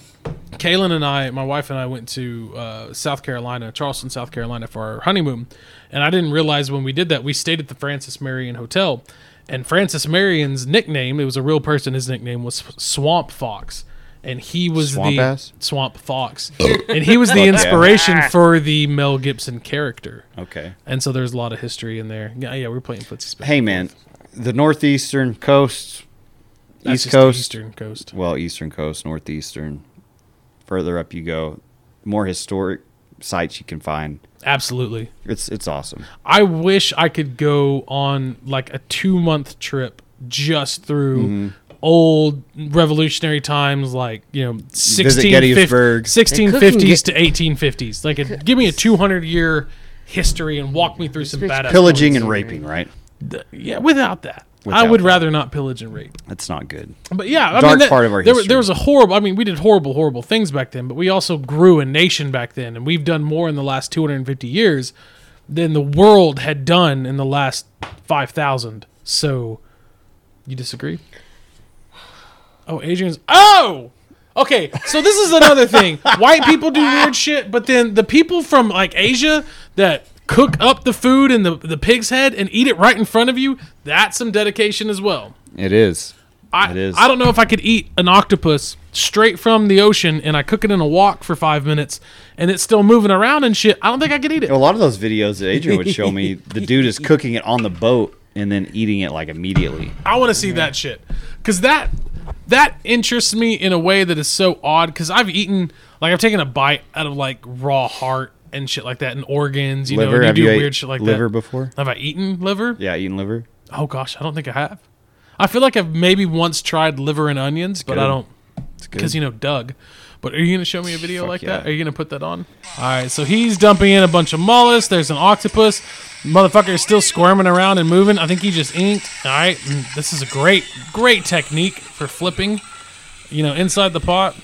[SPEAKER 2] Kaylin and I, my wife and I went to uh, South Carolina, Charleston, South Carolina for our honeymoon. And I didn't realize when we did that, we stayed at the Francis Marion Hotel. And Francis Marion's nickname, it was a real person, his nickname was Swamp Fox. And he was
[SPEAKER 1] Swamp
[SPEAKER 2] the
[SPEAKER 1] ass?
[SPEAKER 2] Swamp Fox. and he was the inspiration for the Mel Gibson character.
[SPEAKER 1] Okay.
[SPEAKER 2] And so there's a lot of history in there. Yeah, yeah, we were playing footsie.
[SPEAKER 1] Hey man, the northeastern coast,
[SPEAKER 2] That's
[SPEAKER 1] east
[SPEAKER 2] just the
[SPEAKER 1] coast.
[SPEAKER 2] Eastern Coast.
[SPEAKER 1] Well, eastern coast, northeastern. Further up you go, more historic sites you can find.
[SPEAKER 2] Absolutely.
[SPEAKER 1] It's it's awesome.
[SPEAKER 2] I wish I could go on like a two month trip just through
[SPEAKER 1] Mm-hmm.
[SPEAKER 2] old revolutionary times, like you know, 16,
[SPEAKER 1] Gettysburg.
[SPEAKER 2] 1650s to eighteen fifties. Like, a, give me a two hundred year history and walk me through some
[SPEAKER 3] It's
[SPEAKER 2] badass
[SPEAKER 1] Pillaging
[SPEAKER 3] always
[SPEAKER 1] and
[SPEAKER 3] a-
[SPEAKER 1] raping, right?
[SPEAKER 2] points. Yeah, without that, I
[SPEAKER 1] Without
[SPEAKER 2] would
[SPEAKER 1] that.
[SPEAKER 2] rather not pillage and rape.
[SPEAKER 1] That's not good.
[SPEAKER 2] But yeah, I mean,
[SPEAKER 1] Dark
[SPEAKER 2] that-
[SPEAKER 1] part of our
[SPEAKER 2] there, were-
[SPEAKER 1] history.
[SPEAKER 2] there was a horrible. I mean, we did horrible, horrible things back then, but we also grew a nation back then, and we've done more in the last 250 years than the world had done in the last 5,000. So, you disagree? Oh, Adrian's. Oh, okay. So this is another thing. White people do weird shit, but then the people from like Asia that cook up the food in the the pig's head and eat it right in front of you. That's some dedication as well.
[SPEAKER 1] It is.
[SPEAKER 2] I,
[SPEAKER 1] It is.
[SPEAKER 2] I don't know if I could eat an octopus straight from the ocean and I cook it in a wok for five minutes and it's still moving around and shit. I don't think I could eat it.
[SPEAKER 1] A lot of those videos that Adrian would show me, the dude is cooking it on the boat and then eating it like immediately.
[SPEAKER 2] I want to see that shit because that that interests me in a way that is so odd. Because I've eaten like I've taken a bite out of like raw heart and shit like that and organs. You
[SPEAKER 1] Liver?
[SPEAKER 2] know, and
[SPEAKER 1] Have
[SPEAKER 2] you
[SPEAKER 1] you
[SPEAKER 2] do
[SPEAKER 1] ate
[SPEAKER 2] weird shit like
[SPEAKER 1] liver
[SPEAKER 2] that.
[SPEAKER 1] before?
[SPEAKER 2] Have I eaten liver?
[SPEAKER 1] Yeah, eating liver.
[SPEAKER 2] Oh gosh, I don't think I have. I feel like I've maybe once tried liver and onions, but I
[SPEAKER 1] good.
[SPEAKER 2] don't
[SPEAKER 1] It's good.
[SPEAKER 2] because you know Doug. But are you gonna show me a video
[SPEAKER 1] Fuck
[SPEAKER 2] like that?
[SPEAKER 1] yeah.
[SPEAKER 2] Are you gonna put that on? All right, so he's dumping in a bunch of mollusks. There's an octopus. Motherfucker is still squirming around and moving. I think he just inked. All right, mm, this is a great, great technique for flipping. You know, inside the pot.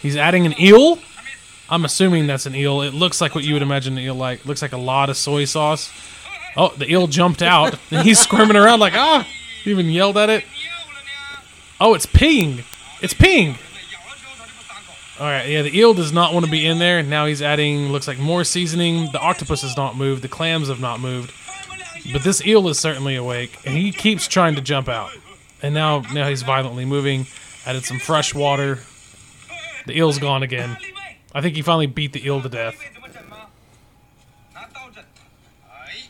[SPEAKER 2] He's adding an eel. I'm assuming that's an eel. It looks like what you would imagine an eel like. Looks like a lot of soy sauce. Oh, the eel jumped out. and he's squirming around like ah. He even yelled at it. Oh, it's peeing. It's peeing. All right, yeah, the eel does not want to be in there. Now he's adding, looks like more seasoning. The octopus has not moved. The clams have not moved. But this eel is certainly awake, and he keeps trying to jump out. And now, now he's violently moving. Added some fresh water. The eel's gone again. I think he finally beat the eel to death.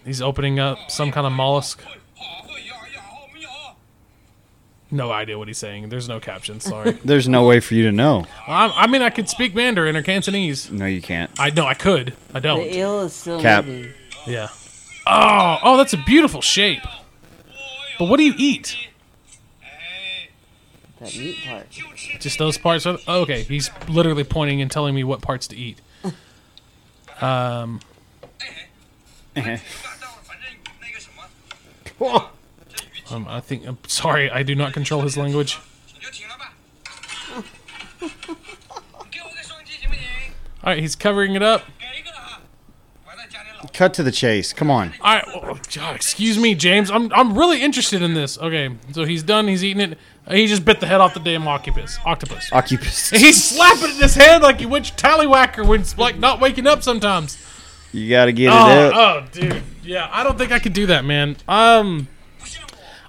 [SPEAKER 2] He's opening up some kind of mollusk. No idea what he's saying. There's no caption. Sorry.
[SPEAKER 1] There's no way for you to know.
[SPEAKER 2] I, I mean, I could speak Mandarin or Cantonese.
[SPEAKER 1] No, you can't.
[SPEAKER 2] I no, I could. I
[SPEAKER 3] The
[SPEAKER 2] don't.
[SPEAKER 3] eel is still
[SPEAKER 1] Cap.
[SPEAKER 3] living.
[SPEAKER 2] Yeah. Oh, oh, that's a beautiful shape. But what do you eat?
[SPEAKER 3] That meat part.
[SPEAKER 2] Just those parts? Of, oh, okay, he's literally pointing and telling me what parts to eat. Um, I think. I'm sorry, I do not control his language. All right, he's covering it up.
[SPEAKER 1] Cut to the chase. Come on.
[SPEAKER 2] All right, well, God, excuse me, James. I'm I'm really interested in this. Okay, so he's done. He's eating it. He just bit the head off the damn octopus. Octopus.
[SPEAKER 1] Occupus.
[SPEAKER 2] He's slapping it in his head like you witch tallywhacker when it's like not waking up sometimes.
[SPEAKER 1] You gotta get it
[SPEAKER 2] Oh,
[SPEAKER 1] out.
[SPEAKER 2] oh, dude. Yeah, I don't think I could do that, man. Um,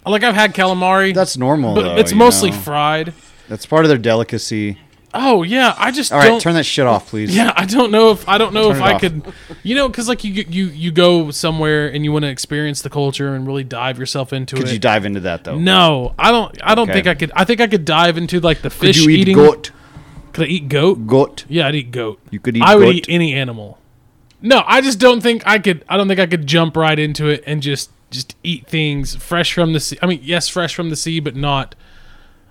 [SPEAKER 2] like I've had calamari.
[SPEAKER 1] That's normal,
[SPEAKER 2] but
[SPEAKER 1] though.
[SPEAKER 2] it's
[SPEAKER 1] you
[SPEAKER 2] mostly
[SPEAKER 1] know.
[SPEAKER 2] fried.
[SPEAKER 1] That's part of their delicacy.
[SPEAKER 2] Oh yeah, I just
[SPEAKER 1] All right,
[SPEAKER 2] don't.
[SPEAKER 1] turn that shit off, please.
[SPEAKER 2] yeah, I don't know if I don't know
[SPEAKER 1] Turn
[SPEAKER 2] if
[SPEAKER 1] it
[SPEAKER 2] I
[SPEAKER 1] off.
[SPEAKER 2] could, you know, because like you you you go somewhere and you want to experience the culture and really dive yourself into
[SPEAKER 1] Could
[SPEAKER 2] it.
[SPEAKER 1] you dive into that though?
[SPEAKER 2] no, I don't. I don't
[SPEAKER 1] Okay.
[SPEAKER 2] think I could. I think I could dive into like the
[SPEAKER 1] Could
[SPEAKER 2] fish
[SPEAKER 1] you eat
[SPEAKER 2] eating.
[SPEAKER 1] goat?
[SPEAKER 2] Could I eat goat?
[SPEAKER 1] Goat.
[SPEAKER 2] Yeah, I'd eat goat.
[SPEAKER 1] You could eat
[SPEAKER 2] I would
[SPEAKER 1] goat.
[SPEAKER 2] eat any animal. No, I just don't think I could. I don't think I could jump right into it and just just eat things fresh from the sea. I mean, yes, fresh from the sea, but not.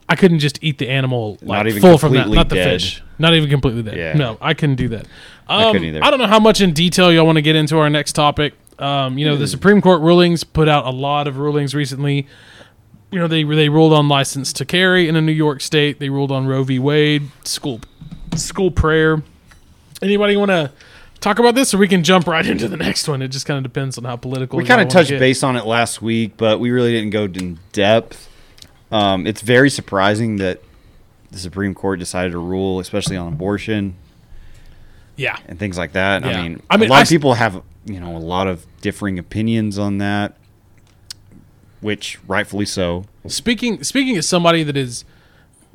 [SPEAKER 2] I couldn't just eat the animal like
[SPEAKER 1] Not even
[SPEAKER 2] full from that,
[SPEAKER 1] completely
[SPEAKER 2] not the
[SPEAKER 1] dead.
[SPEAKER 2] fish, not even completely dead.
[SPEAKER 1] Yeah.
[SPEAKER 2] No, I couldn't do that. Um,
[SPEAKER 1] couldn't either.
[SPEAKER 2] I don't know how much in detail y'all want to get into our next topic. Um, you know,
[SPEAKER 1] Hmm.
[SPEAKER 2] the Supreme Court rulings put out a lot of rulings recently. You know, they they ruled on license to carry in a New York state. They ruled on Roe v. Wade, school school prayer. Anybody want to talk about this, or we can jump right into the next one? It just kind of depends on how political
[SPEAKER 1] We
[SPEAKER 2] y'all
[SPEAKER 1] kind of
[SPEAKER 2] wanna
[SPEAKER 1] touched
[SPEAKER 2] get.
[SPEAKER 1] base on it last week, but we really didn't go in depth. Um, it's very surprising that the Supreme Court decided to rule, especially on abortion
[SPEAKER 2] Yeah,
[SPEAKER 1] and things like that.
[SPEAKER 2] Yeah.
[SPEAKER 1] I mean,
[SPEAKER 2] I mean,
[SPEAKER 1] a lot
[SPEAKER 2] I
[SPEAKER 1] of
[SPEAKER 2] s-
[SPEAKER 1] people have you know a lot of differing opinions on that, which rightfully so.
[SPEAKER 2] speaking speaking as somebody that is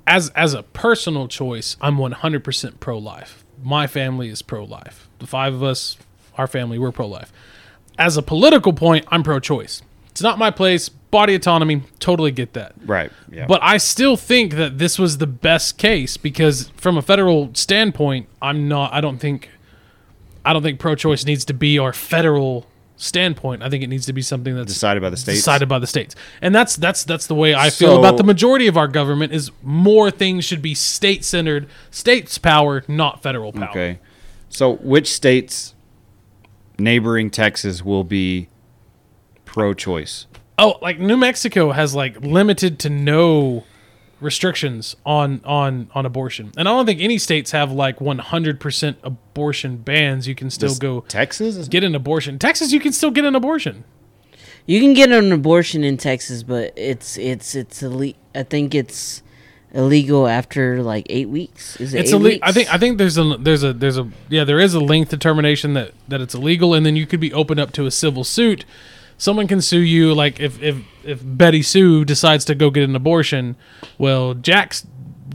[SPEAKER 2] as as a personal choice i'm 100% pro-life my family is pro-life the five of us our family we're pro-life as a political point i'm pro-choice it's not my place body autonomy totally get that
[SPEAKER 1] Right. Yeah.
[SPEAKER 2] but I still think that this was the best case because from a federal standpoint, I'm not I don't think I don't think pro-choice needs to be our federal standpoint. I think it needs to be something that's
[SPEAKER 1] decided by the states.
[SPEAKER 2] decided by the states. And that's that's that's the way I feel
[SPEAKER 1] So-
[SPEAKER 2] about the majority of our government is more things should be state-centered, states power, not federal power.
[SPEAKER 1] Oh. Okay. So which states neighboring Texas will be pro-choice?
[SPEAKER 2] Oh, like New Mexico has like limited to no restrictions on on on abortion, and I don't think any states have like 100% abortion bans. You can still
[SPEAKER 1] Does
[SPEAKER 2] go
[SPEAKER 1] Texas. is-
[SPEAKER 2] get an abortion. Texas, you can still get an abortion.
[SPEAKER 3] You can get an abortion in Texas, but it's it's it's elite. I think it's illegal after like eight weeks. Is it
[SPEAKER 2] It's
[SPEAKER 3] eight
[SPEAKER 2] illegal.
[SPEAKER 3] weeks?
[SPEAKER 2] I think I think there's a there's a there's a yeah there is a length determination that that it's illegal, and then you could be opened up to a civil suit. Someone can sue you, like if if if Betty Sue decides to go get an abortion, well Jack's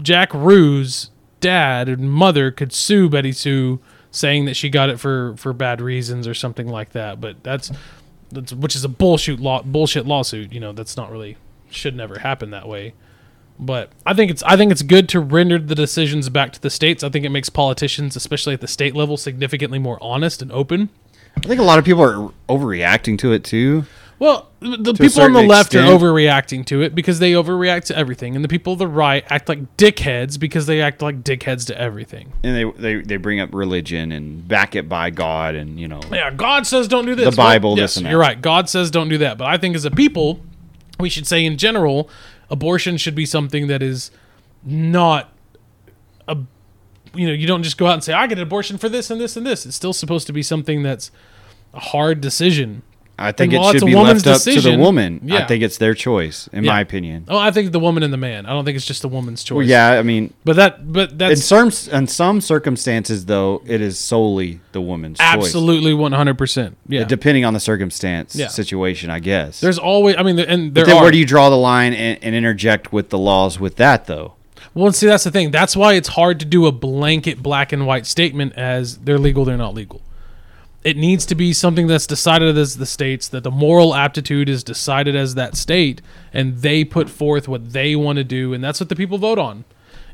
[SPEAKER 2] Jack Rue's dad and mother could sue Betty Sue, saying that she got it for for bad reasons or something like that. But that's that's which is a bullshit law bullshit lawsuit. You know that's not really should never happen that way. But I think it's I think it's good to render the decisions back to the states. I think it makes politicians, especially at the state level, significantly more honest and open.
[SPEAKER 1] I think a lot of people are overreacting to it too.
[SPEAKER 2] Well, the
[SPEAKER 1] a
[SPEAKER 2] people on the
[SPEAKER 1] certain
[SPEAKER 2] left are
[SPEAKER 1] extent.
[SPEAKER 2] overreacting to it because they overreact to everything, and the people of the right act like dickheads because they act like dickheads to everything.
[SPEAKER 1] And they, they, they bring up religion and back it by God and, you know,
[SPEAKER 2] Yeah, God says don't do this.
[SPEAKER 1] The Bible,
[SPEAKER 2] yes,
[SPEAKER 1] this and that.
[SPEAKER 2] you're right. God says don't do that. But I think as a people, we should say in general, abortion should be something that is not a. You know, you don't just go out and say I get an abortion for this and this and this. It's still supposed to be something that's a hard decision.
[SPEAKER 1] I think
[SPEAKER 2] And while
[SPEAKER 1] it
[SPEAKER 2] it's
[SPEAKER 1] should
[SPEAKER 2] a
[SPEAKER 1] be
[SPEAKER 2] woman's
[SPEAKER 1] left up to the
[SPEAKER 2] decision-
[SPEAKER 1] woman.
[SPEAKER 2] Yeah.
[SPEAKER 1] I think it's their choice, in
[SPEAKER 2] Yeah.
[SPEAKER 1] my opinion.
[SPEAKER 2] Oh, I think the woman and the man. I don't think it's just the woman's choice.
[SPEAKER 1] Well, yeah, I mean,
[SPEAKER 2] but that but
[SPEAKER 1] in
[SPEAKER 2] that's
[SPEAKER 1] some in some circumstances, though, it is solely the woman's choice.
[SPEAKER 2] absolutely one hundred percent. Yeah,
[SPEAKER 1] Depending on the circumstance,
[SPEAKER 2] Yeah.
[SPEAKER 1] situation, I guess.
[SPEAKER 2] there's always. I mean, and there
[SPEAKER 1] But then
[SPEAKER 2] are.
[SPEAKER 1] where do you draw the line and, and interject with the laws with that, though?
[SPEAKER 2] Well, see, that's the thing. That's why it's hard to do a blanket black and white statement as they're legal, they're not legal. It needs to be something that's decided as the states, that the moral aptitude is decided as that state, and they put forth what they want to do, and that's what the people vote on.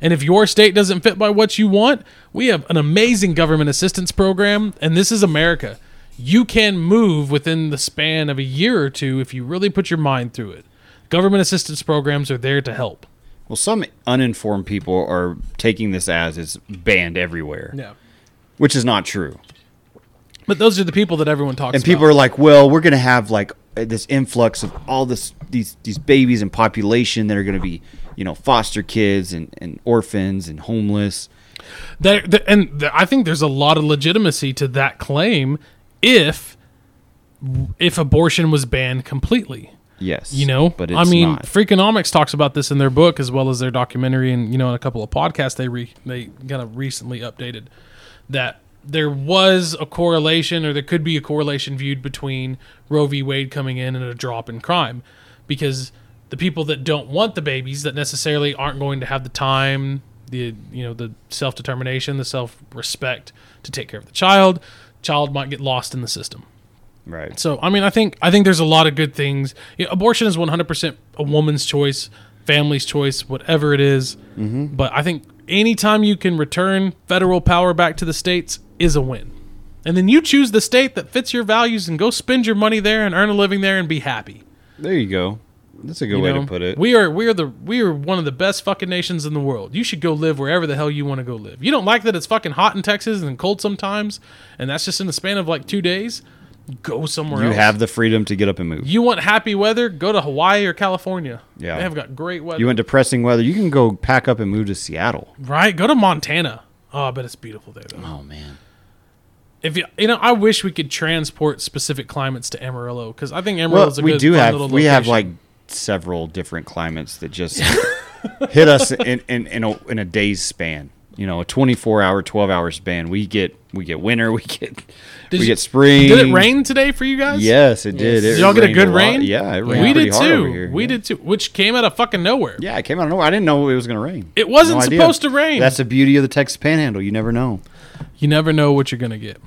[SPEAKER 2] And if your state doesn't fit by what you want, we have an amazing government assistance program, and this is America. You can move within the span of a year or two if you really put your mind through it. Government assistance programs are there to help.
[SPEAKER 1] Well, some uninformed people are taking this as it's banned everywhere,
[SPEAKER 2] Yeah.
[SPEAKER 1] which is not true.
[SPEAKER 2] But those are the people that everyone talks
[SPEAKER 1] And people
[SPEAKER 2] about.
[SPEAKER 1] are like, "Well, we're going to have like uh, this influx of all this these these babies and population that are going to be, you know, foster kids and, and orphans and homeless."
[SPEAKER 2] There- there- and there- I think there's a lot of legitimacy to that claim if if abortion was banned completely.
[SPEAKER 1] Yes,
[SPEAKER 2] You know,
[SPEAKER 1] but it's
[SPEAKER 2] I mean,
[SPEAKER 1] not.
[SPEAKER 2] Freakonomics talks about this in their book as well as their documentary, and you know, in a couple of podcasts they re, they kind of recently updated that there was a correlation, or there could be a correlation viewed between Roe v. Wade coming in and a drop in crime, because the people that don't want the babies that necessarily aren't going to have the time, the you know, the self determination, the self respect to take care of the child, child might get lost in the system.
[SPEAKER 1] right.
[SPEAKER 2] So I mean, I think I think there's a lot of good things. You know, abortion is 100% a woman's choice, family's choice, whatever it is.
[SPEAKER 1] Mm-hmm.
[SPEAKER 2] But I think anytime you can return federal power back to the states is a win. And then you choose the state that fits your values and go spend your money there and earn a living there and be happy.
[SPEAKER 1] There you go. That's a good
[SPEAKER 2] you
[SPEAKER 1] way
[SPEAKER 2] know?
[SPEAKER 1] to put it.
[SPEAKER 2] We are we are the we are one of the best fucking nations in the world. You should go live wherever the hell you want to go live. You don't like that it's fucking hot in Texas and cold sometimes, and that's just in the span of like two days. Go somewhere
[SPEAKER 1] you
[SPEAKER 2] else.
[SPEAKER 1] have the freedom to get up and move.
[SPEAKER 2] You want happy weather? Go to Hawaii or California.
[SPEAKER 1] Yeah.
[SPEAKER 2] they have got great weather.
[SPEAKER 1] You want depressing weather? You can go pack up and move to Seattle.
[SPEAKER 2] right? Go to Montana. Oh, I bet it's beautiful there. Though.
[SPEAKER 1] Oh man.
[SPEAKER 2] If you, you know, I wish we could transport specific climates to Amarillo because I think Amarillo
[SPEAKER 1] Well,
[SPEAKER 2] is a
[SPEAKER 1] we
[SPEAKER 2] good,
[SPEAKER 1] do
[SPEAKER 2] fun
[SPEAKER 1] have we
[SPEAKER 2] little
[SPEAKER 1] have like
[SPEAKER 2] location.
[SPEAKER 1] several different climates that just hit us in in in a, in a day's span. You know, a 24 hour, 12 hour span. We get we get winter, we get we
[SPEAKER 2] you-
[SPEAKER 1] get spring.
[SPEAKER 2] Did it rain today for you guys?
[SPEAKER 1] Yes, it did.
[SPEAKER 3] Yes.
[SPEAKER 1] It
[SPEAKER 2] Did y'all get a
[SPEAKER 1] rained
[SPEAKER 2] good
[SPEAKER 1] lot.
[SPEAKER 2] rain?
[SPEAKER 1] Yeah, it rained
[SPEAKER 2] we
[SPEAKER 1] pretty
[SPEAKER 2] did
[SPEAKER 1] hard
[SPEAKER 2] too.
[SPEAKER 1] over here.
[SPEAKER 2] We
[SPEAKER 1] yeah.
[SPEAKER 2] did too, which came out of fucking nowhere.
[SPEAKER 1] Yeah, it came out of nowhere. I didn't know it was going to rain.
[SPEAKER 2] It wasn't
[SPEAKER 1] idea.
[SPEAKER 2] supposed to rain.
[SPEAKER 1] That's the beauty of the Texas Panhandle. You never know.
[SPEAKER 2] You never know what you're gonna get.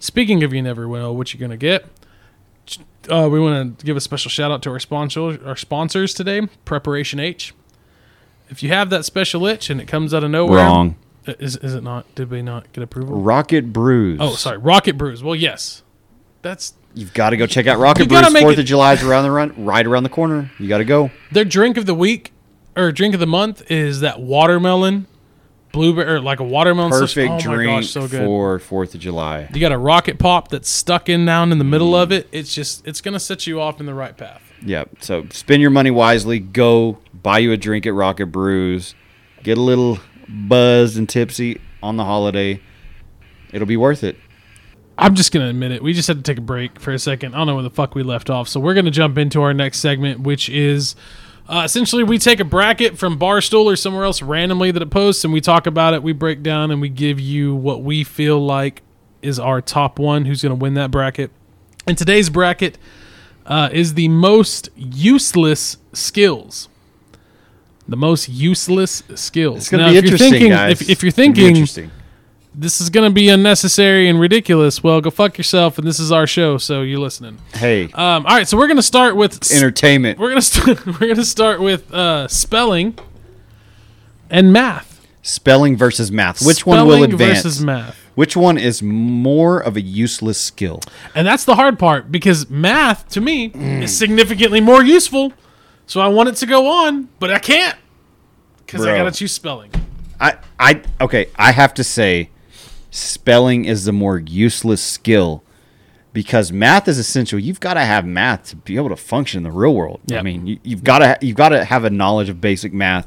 [SPEAKER 2] Speaking of you never know what you're gonna get, uh, we want to give a special shout out to our sponsor, our sponsors today, Preparation H. If you have that special itch and it comes out of nowhere,
[SPEAKER 1] Wrong.
[SPEAKER 2] Uh, Is is it not? Did we not get approval?
[SPEAKER 1] Rocket Brews.
[SPEAKER 2] Oh, sorry, Rocket Brews. Well, yes, that's
[SPEAKER 1] You've got to go check out Rocket
[SPEAKER 2] You gotta
[SPEAKER 1] Brews.
[SPEAKER 2] make
[SPEAKER 1] Fourth
[SPEAKER 2] it-
[SPEAKER 1] of July's around the run, right around the corner. You got to go.
[SPEAKER 2] their drink of the week or drink of the month is that watermelon, blueberry, or like a watermelon.
[SPEAKER 1] Perfect
[SPEAKER 2] oh
[SPEAKER 1] drink
[SPEAKER 2] my gosh, so good.
[SPEAKER 1] for Fourth of July.
[SPEAKER 2] You got a rocket pop that's stuck in down in the middle of it. It's just it's gonna set you off in the right path.
[SPEAKER 1] Yep. So spend your money wisely. Go buy you a drink at Rocket Brews. Get a little buzzed and tipsy on the holiday. It'll be worth it.
[SPEAKER 2] I'm just gonna admit it. We just had to take a break for a second. I don't know where the fuck we left off, so we're gonna jump into our next segment, which is Uh, essentially, we take a bracket from Barstool or somewhere else randomly that it posts, and we talk about it. We break down and we give you what we feel like is our top one, who's going to win that bracket. And today's bracket uh, is the most useless skills. The most useless skills.
[SPEAKER 1] It's gonna
[SPEAKER 2] Now,
[SPEAKER 1] be
[SPEAKER 2] if you're
[SPEAKER 1] interesting,
[SPEAKER 2] thinking,
[SPEAKER 1] guys.
[SPEAKER 2] If, if you're
[SPEAKER 1] It's gonna be
[SPEAKER 2] thinking
[SPEAKER 1] interesting.
[SPEAKER 2] this is going to be unnecessary and ridiculous, well, go fuck yourself. And this is our show, so you're listening.
[SPEAKER 1] Hey,
[SPEAKER 2] Um, all right, so we're going to start with s-
[SPEAKER 1] entertainment.
[SPEAKER 2] we're gonna st- we're gonna start with uh, spelling and math.
[SPEAKER 1] Spelling versus math. Which one will
[SPEAKER 2] Spelling
[SPEAKER 1] advance?
[SPEAKER 2] Versus math,
[SPEAKER 1] Which one is more of a useless skill?
[SPEAKER 2] and that's the hard part because math to me is significantly more useful. So I want it to go on, but I can't because I
[SPEAKER 1] Bro.
[SPEAKER 2] gotta choose spelling.
[SPEAKER 1] I, I, okay, I have to say, spelling is the more useless skill because math is essential. You've got to have math to be able to function in the real world. I
[SPEAKER 2] Yep.
[SPEAKER 1] mean, you, you've got to you've got to have a knowledge of basic math,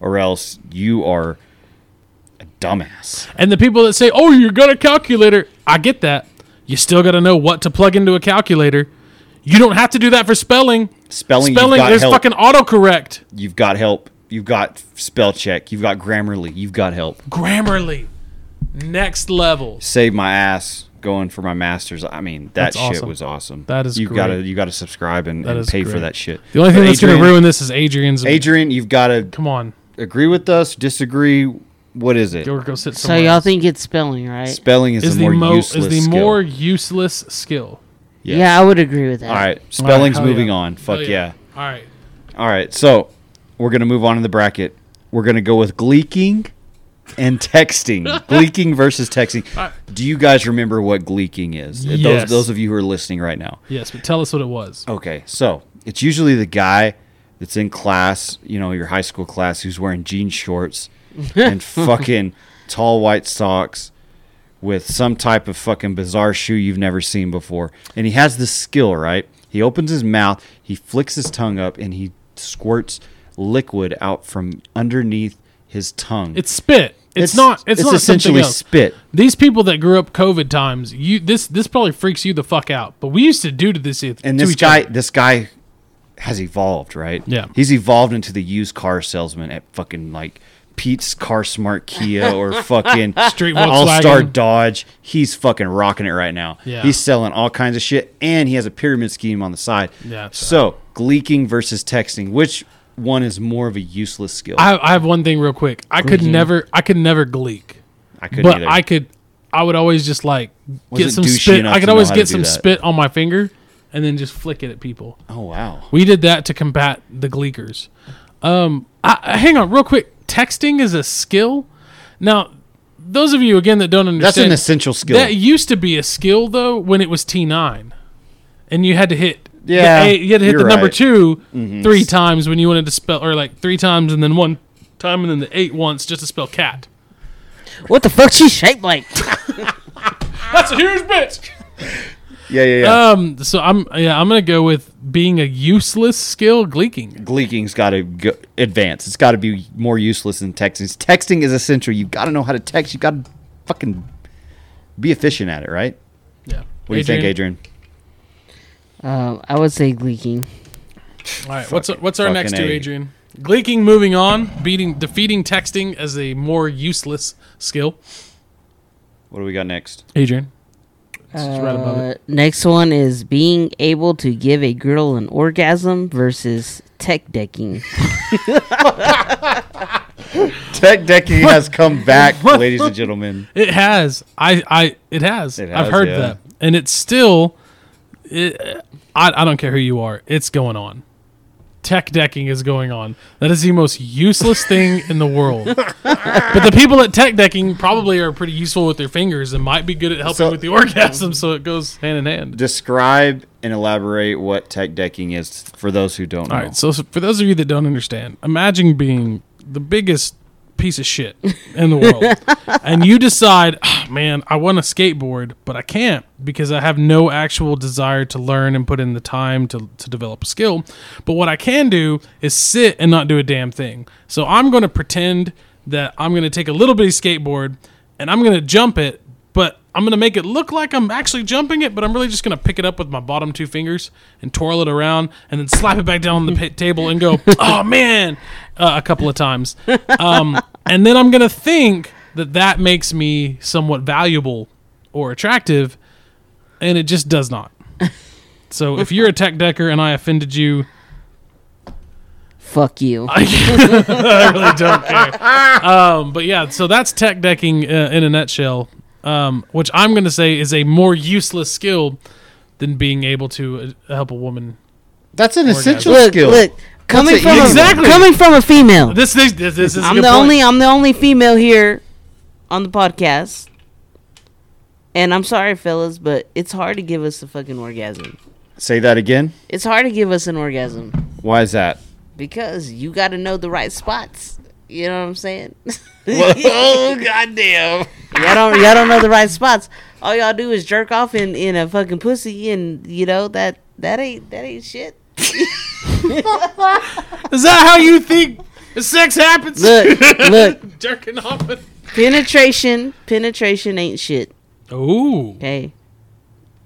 [SPEAKER 1] or else you are a dumbass.
[SPEAKER 2] And the people that say, "Oh, you got a calculator," I get that. You still gotta know what to plug into a calculator. You don't have to do that for spelling.
[SPEAKER 1] Spelling, you've
[SPEAKER 2] spelling,
[SPEAKER 1] got
[SPEAKER 2] there's
[SPEAKER 1] help.
[SPEAKER 2] fucking autocorrect.
[SPEAKER 1] You've got help. You've got spell check. You've got Grammarly. You've got help.
[SPEAKER 2] Grammarly, next level.
[SPEAKER 1] Save my ass going for my masters. I mean, that
[SPEAKER 2] That's
[SPEAKER 1] shit
[SPEAKER 2] awesome.
[SPEAKER 1] was awesome.
[SPEAKER 2] That is
[SPEAKER 1] you gotta
[SPEAKER 2] great.
[SPEAKER 1] you gotta subscribe and,
[SPEAKER 2] That
[SPEAKER 1] and
[SPEAKER 2] is
[SPEAKER 1] pay for
[SPEAKER 2] great.
[SPEAKER 1] that shit.
[SPEAKER 2] The only
[SPEAKER 1] But
[SPEAKER 2] thing that's going to
[SPEAKER 1] Adrian-
[SPEAKER 2] ruin this is Adrian's.
[SPEAKER 1] Adrian, you've got to
[SPEAKER 2] come on,
[SPEAKER 1] agree with us, disagree. What is it?
[SPEAKER 2] go go sit
[SPEAKER 3] So
[SPEAKER 2] somewhere.
[SPEAKER 3] y'all
[SPEAKER 2] else.
[SPEAKER 3] think it's spelling, right?
[SPEAKER 1] Spelling is,
[SPEAKER 2] is
[SPEAKER 1] the more
[SPEAKER 2] mo- is
[SPEAKER 1] useless
[SPEAKER 2] the
[SPEAKER 1] skill.
[SPEAKER 2] more useless skill?
[SPEAKER 1] Yes.
[SPEAKER 3] Yeah, I would agree with that.
[SPEAKER 1] All right, spelling's
[SPEAKER 2] Oh, hell
[SPEAKER 1] moving
[SPEAKER 2] Oh, yeah.
[SPEAKER 1] on. Fuck
[SPEAKER 2] Hell
[SPEAKER 1] yeah.
[SPEAKER 2] All right,
[SPEAKER 1] All right, so we're gonna move on in the bracket. We're gonna go with gleeking and texting. gleeking versus texting.
[SPEAKER 2] All right.
[SPEAKER 1] Do you guys remember what gleeking is?
[SPEAKER 2] Yes.
[SPEAKER 1] Those those of you who are listening right now.
[SPEAKER 2] yes, but tell us what it was.
[SPEAKER 1] Okay, so it's usually the guy that's in class, you know, your high school class, who's wearing jean shorts and fucking tall white socks with some type of fucking bizarre shoe you've never seen before. And he has this skill, right? He opens his mouth, he flicks his tongue up, and he squirts liquid out from underneath his tongue.
[SPEAKER 2] It's spit. It's, not. It's, not
[SPEAKER 1] essentially
[SPEAKER 2] something else.
[SPEAKER 1] spit.
[SPEAKER 2] These people that grew up COVID times, you this this probably freaks you the fuck out. But we used to do to this to
[SPEAKER 1] and this
[SPEAKER 2] each
[SPEAKER 1] guy
[SPEAKER 2] other.
[SPEAKER 1] this guy has evolved right
[SPEAKER 2] Yeah.
[SPEAKER 1] he's evolved into the used car salesman at fucking like pete's car smart kia or fucking
[SPEAKER 2] Street
[SPEAKER 1] all-star
[SPEAKER 2] Volkswagen.
[SPEAKER 1] dodge he's fucking rocking it right now
[SPEAKER 2] Yeah.
[SPEAKER 1] he's selling all kinds of shit and he has a pyramid scheme on the side
[SPEAKER 2] Yeah, that's
[SPEAKER 1] so gleeking versus texting which one is more of a useless skill
[SPEAKER 2] I, I have one thing real quick. I could never. I could never gleek.
[SPEAKER 1] I Mm-hmm. couldn't
[SPEAKER 2] but
[SPEAKER 1] either.
[SPEAKER 2] I could, I would always just like
[SPEAKER 1] Wasn't
[SPEAKER 2] get some
[SPEAKER 1] douchey
[SPEAKER 2] spit.
[SPEAKER 1] enough
[SPEAKER 2] I
[SPEAKER 1] to
[SPEAKER 2] could
[SPEAKER 1] know
[SPEAKER 2] always
[SPEAKER 1] how to
[SPEAKER 2] get
[SPEAKER 1] do
[SPEAKER 2] some
[SPEAKER 1] that.
[SPEAKER 2] spit on my finger and then just flick it at people.
[SPEAKER 1] oh wow
[SPEAKER 2] We did that to combat the gleekers. Um, I, I- hang on, real quick. Texting is a skill. Now, those of you again that don't
[SPEAKER 1] that's
[SPEAKER 2] understand,
[SPEAKER 1] an essential skill
[SPEAKER 2] that used to be a skill though when it was T nine, and you had to hit. the
[SPEAKER 1] Yeah,
[SPEAKER 2] A- you had to hit
[SPEAKER 1] you're
[SPEAKER 2] the number
[SPEAKER 1] right. Mm-hmm.
[SPEAKER 2] 2 three times when you wanted to spell, or like three times and then one time and then the eight once just to spell cat.
[SPEAKER 3] What the fuck? She's shaped like.
[SPEAKER 2] That's a huge bitch.
[SPEAKER 1] yeah yeah yeah
[SPEAKER 2] Um. So I'm yeah. I'm gonna go with being a useless skill gleeking.
[SPEAKER 1] Gleeking's got to go, advance. It's got to be more useless than texting. Texting is essential. You've got to know how to text. You've got to fucking be efficient at it, right?
[SPEAKER 2] Yeah.
[SPEAKER 1] What do you think, Adrian?
[SPEAKER 3] Um, I would say gleeking.
[SPEAKER 2] All right. What's what's our
[SPEAKER 1] fucking
[SPEAKER 2] next two,
[SPEAKER 1] A.
[SPEAKER 2] Adrian? Gleeking. Moving on. Beating defeating texting as a more useless skill.
[SPEAKER 1] What do we got next?
[SPEAKER 2] Adrian. This is right above
[SPEAKER 3] Uh,
[SPEAKER 2] it.
[SPEAKER 3] next one is being able to give a girl an orgasm versus tech decking.
[SPEAKER 1] Tech decking has come back, ladies and gentlemen.
[SPEAKER 2] It has. I I. It has.
[SPEAKER 1] It
[SPEAKER 2] I've
[SPEAKER 1] has,
[SPEAKER 2] heard
[SPEAKER 1] yeah.
[SPEAKER 2] that, and it's still. It, I I don't care who you are. It's going on. Tech decking is going on. That is the most useless thing in the world. but the people at tech decking probably are pretty useful with their fingers and might be good at helping
[SPEAKER 1] So-
[SPEAKER 2] with the orgasm, so it goes hand in hand.
[SPEAKER 1] Describe and elaborate what tech decking is for those who don't know.
[SPEAKER 2] All right. So, so for those of you that don't understand, imagine being the biggest piece of shit in the world, and you decide, "Ah, man, I want a skateboard, but I can't because I have no actual desire to learn and put in the time to to develop a skill. But what I can do is sit and not do a damn thing. So I'm going to pretend that I'm going to take a little bitty skateboard and I'm going to jump it, but I'm gonna make it look like I'm actually jumping it, but I'm really just gonna pick it up with my bottom two fingers and twirl it around, and then slap it back down on the pit table and go, "Oh man!" Uh, a couple of times, um, and then I'm gonna think that that makes me somewhat valuable or attractive, and it just does not. So if you're a tech decker and I offended you,
[SPEAKER 3] Fuck you.
[SPEAKER 2] I really don't care. Um, but yeah, so that's tech decking uh, in a nutshell, um, which I'm going to say is a more useless skill than being able to uh, help a woman.
[SPEAKER 1] That's an essential
[SPEAKER 3] look,
[SPEAKER 1] skill.
[SPEAKER 3] look. Coming
[SPEAKER 1] it,
[SPEAKER 3] from a,
[SPEAKER 2] exactly.
[SPEAKER 3] coming from a female.
[SPEAKER 2] This this, this, this is a
[SPEAKER 3] I'm
[SPEAKER 2] good
[SPEAKER 3] the
[SPEAKER 2] point.
[SPEAKER 3] only I'm the only female here on the podcast. And I'm sorry, fellas, but it's hard to give us a fucking orgasm.
[SPEAKER 1] Say that again.
[SPEAKER 3] It's hard to give us an orgasm
[SPEAKER 1] Why is that?
[SPEAKER 3] because you got to know the right spots. You know what I'm saying?
[SPEAKER 1] oh goddamn!
[SPEAKER 3] y'all don't y'all don't know the right spots. All y'all do is jerk off in in a fucking pussy, and you know that that ain't that ain't shit.
[SPEAKER 2] Is that how you think sex happens?
[SPEAKER 3] Look, look,
[SPEAKER 2] Jerking off.
[SPEAKER 3] penetration, penetration ain't shit.
[SPEAKER 2] Ooh.
[SPEAKER 3] Okay,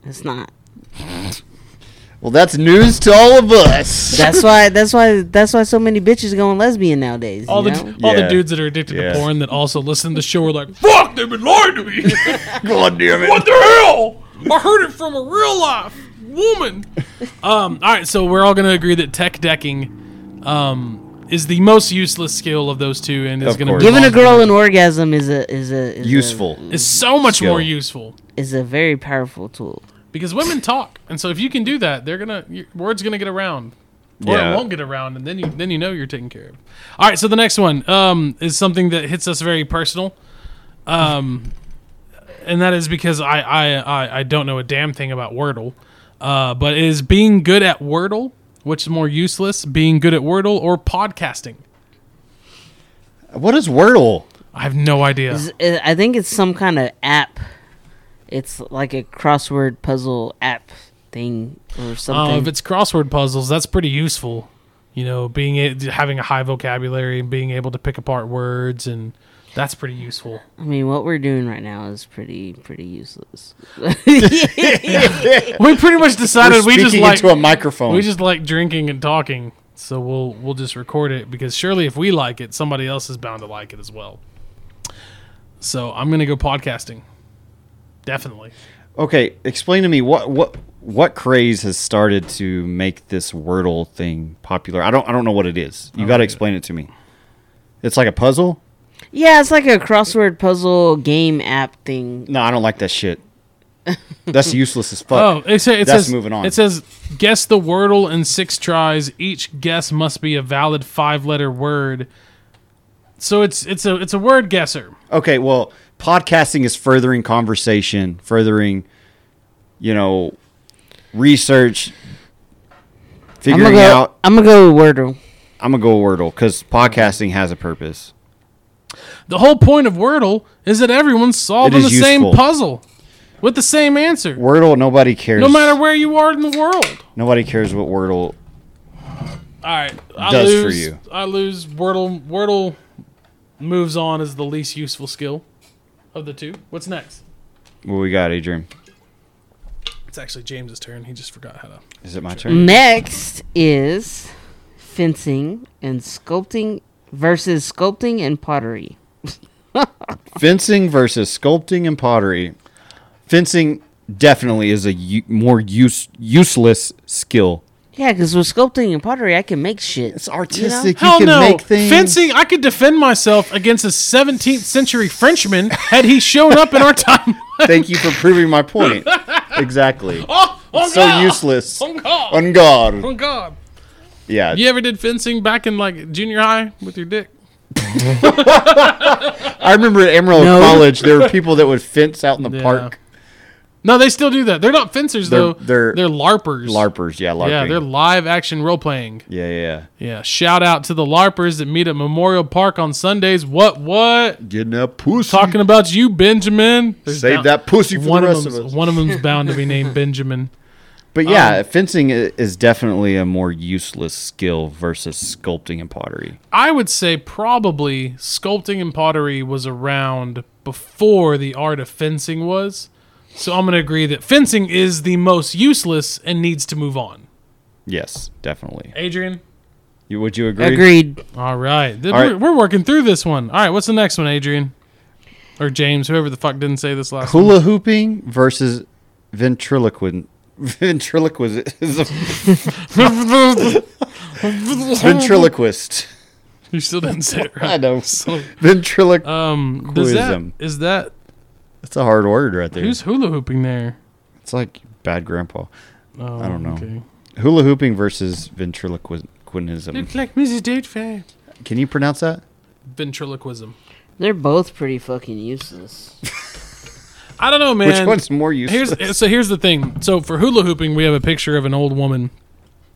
[SPEAKER 3] it's not.
[SPEAKER 1] Well, that's news to all of us.
[SPEAKER 3] That's why. That's why. That's why so many bitches going lesbian nowadays. you
[SPEAKER 2] All the
[SPEAKER 3] know?
[SPEAKER 2] all the
[SPEAKER 1] Yeah.
[SPEAKER 2] dudes that are addicted
[SPEAKER 1] Yeah.
[SPEAKER 2] to porn that also listen to the show are like, "Fuck, they've been lying to me.
[SPEAKER 1] God damn it!
[SPEAKER 2] what the hell? I heard it from a real life woman." Um, all right, so we're all going to agree that tech decking um, is the most useless skill of those two, and is
[SPEAKER 1] Of
[SPEAKER 2] going to
[SPEAKER 1] course.
[SPEAKER 3] giving a girl an orgasm is a is a is a-
[SPEAKER 1] Useful.
[SPEAKER 2] is so much
[SPEAKER 1] skill.
[SPEAKER 2] more useful
[SPEAKER 3] is a very powerful tool.
[SPEAKER 2] because women talk, and so if you can do that, they're gonna your word's gonna get around. Or
[SPEAKER 1] Yeah.
[SPEAKER 2] it won't get around, and then you then you know you're taken care of. All right, so the next one um, is something that hits us very personal, um, and that is because I, I I I don't know a damn thing about Wordle, uh, but it is being good at Wordle, which is more useless, being good at Wordle or podcasting?
[SPEAKER 1] What is Wordle?
[SPEAKER 2] I have no idea.
[SPEAKER 3] It's- it- I think it's some kind of app. It's like a crossword puzzle app thing or
[SPEAKER 2] Uh,
[SPEAKER 3] something.
[SPEAKER 2] if it's crossword puzzles, that's pretty useful. You know, being a, having a high vocabulary and being able to pick apart words and that's pretty useful.
[SPEAKER 3] I mean, what we're doing right now is pretty pretty useless.
[SPEAKER 2] We pretty much
[SPEAKER 1] We're
[SPEAKER 2] decided we
[SPEAKER 1] speaking
[SPEAKER 2] just like
[SPEAKER 1] into a microphone.
[SPEAKER 2] we just like drinking and talking, so we'll we'll just record it because surely if we like it, somebody else is bound to like it as well. So I'm gonna go podcasting. Definitely.
[SPEAKER 1] okay, explain to me what what what craze has started to make this Wordle thing popular. I don't I don't know what it is. You got to explain it to me. It's like a puzzle.
[SPEAKER 3] yeah, it's like a crossword puzzle game app thing.
[SPEAKER 1] No, I don't like that shit. That's useless as
[SPEAKER 2] Oh,
[SPEAKER 1] fuck.
[SPEAKER 2] it, sa- it
[SPEAKER 1] That's
[SPEAKER 2] says
[SPEAKER 1] moving on.
[SPEAKER 2] It says guess the wordle in six tries. Each guess must be a valid five-letter word. So it's it's a it's a word guesser.
[SPEAKER 1] Okay, well, podcasting is furthering conversation, furthering, you know, research,
[SPEAKER 3] I'm gonna
[SPEAKER 1] figuring
[SPEAKER 3] go.
[SPEAKER 1] out.
[SPEAKER 3] I'm gonna go with Wordle.
[SPEAKER 1] I'm gonna go Wordle because podcasting has a purpose.
[SPEAKER 2] The whole point of wordle is that everyone's solving the
[SPEAKER 1] is
[SPEAKER 2] same
[SPEAKER 1] useful.
[SPEAKER 2] puzzle with the same answer,
[SPEAKER 1] Wordle, nobody cares.
[SPEAKER 2] no matter where you are in the world.
[SPEAKER 1] nobody cares what Wordle.
[SPEAKER 2] All right, I
[SPEAKER 1] Does for
[SPEAKER 2] lose.
[SPEAKER 1] you.
[SPEAKER 2] I lose. Wordle Wordle moves on as the least useful skill of the two. What's next?
[SPEAKER 1] What we got, Adrian?
[SPEAKER 2] It's actually James's turn. He just forgot how to.
[SPEAKER 1] Is it my turn?
[SPEAKER 3] Next is fencing and sculpting versus sculpting and pottery.
[SPEAKER 1] Fencing versus sculpting and pottery. Fencing definitely is a u- more use useless skill.
[SPEAKER 3] Yeah, because with sculpting and pottery, I can make shit.
[SPEAKER 1] It's
[SPEAKER 3] you know?
[SPEAKER 1] artistic. You,
[SPEAKER 2] Hell
[SPEAKER 1] can
[SPEAKER 2] no!
[SPEAKER 1] make things.
[SPEAKER 2] Fencing, I could defend myself against a 17th century Frenchman had he shown up in our time.
[SPEAKER 1] Thank you for proving my point. exactly.
[SPEAKER 2] oh, oh
[SPEAKER 1] so
[SPEAKER 2] God.
[SPEAKER 1] useless.
[SPEAKER 2] Oh God!
[SPEAKER 1] On God.
[SPEAKER 2] Oh God!
[SPEAKER 1] Yeah.
[SPEAKER 2] You ever did fencing back in like junior high with your dick?
[SPEAKER 1] I remember at Emerald
[SPEAKER 3] No.
[SPEAKER 1] College, there were people that would fence out in the
[SPEAKER 2] Yeah.
[SPEAKER 1] park.
[SPEAKER 2] No, they still do that. They're not fencers
[SPEAKER 1] They're-
[SPEAKER 2] though.
[SPEAKER 1] they're-
[SPEAKER 2] they're larpers.
[SPEAKER 1] LARPers. Yeah, LARPing.
[SPEAKER 2] Yeah, they're live action role playing.
[SPEAKER 1] yeah, yeah.
[SPEAKER 2] Yeah, shout out to the LARPers that meet at Memorial Park on Sundays. What, what?
[SPEAKER 1] Getting that pussy.
[SPEAKER 2] Talking about you, Benjamin. There's
[SPEAKER 1] Save
[SPEAKER 2] down-
[SPEAKER 1] that pussy for
[SPEAKER 2] one
[SPEAKER 1] the
[SPEAKER 2] of,
[SPEAKER 1] rest of,
[SPEAKER 2] them's,
[SPEAKER 1] us.
[SPEAKER 2] one of them's bound to be named Benjamin.
[SPEAKER 1] But yeah, fencing i- is definitely a more useless skill versus sculpting and pottery.
[SPEAKER 2] I would say probably sculpting and pottery was around before the art of fencing was. So I'm going to agree that fencing is the most useless and needs to move on.
[SPEAKER 1] Yes, definitely.
[SPEAKER 2] Adrian?
[SPEAKER 1] You, would you agree?
[SPEAKER 3] Agreed.
[SPEAKER 2] All right. Th-
[SPEAKER 1] All right.
[SPEAKER 2] We're, we're working through this one. All right. What's the next one, Adrian? Or James, whoever the fuck didn't say this last one.
[SPEAKER 1] Hula hooping versus ventriloquism. Ventriloquism. Ventriloquist.
[SPEAKER 2] you still didn't say it
[SPEAKER 1] I
[SPEAKER 2] right.
[SPEAKER 1] know. Ventriloquism.
[SPEAKER 2] Um, does that,
[SPEAKER 1] Quism.
[SPEAKER 2] is that
[SPEAKER 1] That's a hard word right there.
[SPEAKER 2] who's hula hooping there?
[SPEAKER 1] It's like bad grandpa.
[SPEAKER 2] Oh,
[SPEAKER 1] I don't know. Hula hooping versus ventriloquism.
[SPEAKER 2] Look like Mrs. Datefair.
[SPEAKER 1] Can you pronounce that?
[SPEAKER 2] Ventriloquism.
[SPEAKER 3] They're both pretty fucking useless.
[SPEAKER 2] I don't know, man.
[SPEAKER 1] Which one's more useless?
[SPEAKER 2] Here's so here's the thing. So for hula hooping, we have a picture of an old woman,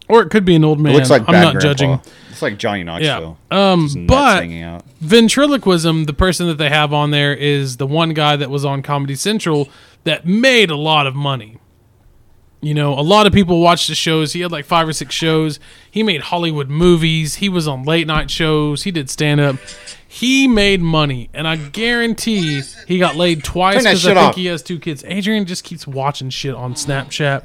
[SPEAKER 2] or it could be an old man.
[SPEAKER 1] it looks like
[SPEAKER 2] I'm
[SPEAKER 1] bad
[SPEAKER 2] not
[SPEAKER 1] grandpa.
[SPEAKER 2] judging.
[SPEAKER 1] It's like Johnny
[SPEAKER 2] Yeah.
[SPEAKER 1] Knoxville. His
[SPEAKER 2] Um,
[SPEAKER 1] nuts
[SPEAKER 2] but
[SPEAKER 1] hanging out.
[SPEAKER 2] ventriloquism, the person that they have on there is the one guy that was on Comedy Central that made a lot of money. You know, a lot of people watched his shows. He had like five or six shows. He made Hollywood movies. He was on late night shows. He did stand up. He made money, and I guarantee he got laid twice
[SPEAKER 1] Turn that
[SPEAKER 2] because I
[SPEAKER 1] shit
[SPEAKER 2] think
[SPEAKER 1] off.
[SPEAKER 2] he has two kids. Adrian just keeps watching shit on Snapchat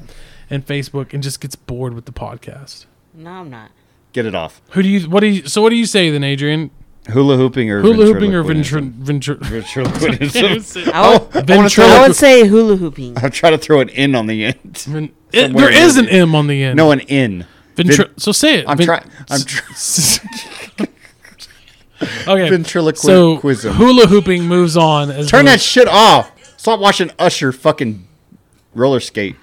[SPEAKER 2] and Facebook, and just gets bored with the podcast.
[SPEAKER 3] No, I'm not.
[SPEAKER 1] Get it off.
[SPEAKER 2] Who do you? What do you? So what do you say then, Adrian?
[SPEAKER 1] Hula hooping or
[SPEAKER 2] Hula hooping or
[SPEAKER 1] ventriloquism?
[SPEAKER 2] ventri- ventri-
[SPEAKER 1] ventriloquism?
[SPEAKER 3] I would,
[SPEAKER 1] I wanna throw-
[SPEAKER 2] Ventrilo-
[SPEAKER 3] I would say hula hooping.
[SPEAKER 1] I'm trying to throw an N on the end.
[SPEAKER 2] Ven- it,
[SPEAKER 1] Somewhere
[SPEAKER 2] there is an
[SPEAKER 1] in-
[SPEAKER 2] M on the end.
[SPEAKER 1] No, an N.
[SPEAKER 2] Ventri-
[SPEAKER 1] Vin-
[SPEAKER 2] so say it.
[SPEAKER 1] I'm
[SPEAKER 2] Ven-
[SPEAKER 1] trying. I'm trying.
[SPEAKER 2] okay.
[SPEAKER 1] Ventriloquism.
[SPEAKER 2] So hula hooping moves on. As
[SPEAKER 1] Turn
[SPEAKER 2] the-
[SPEAKER 1] that shit off. Stop watching Usher fucking roller skate.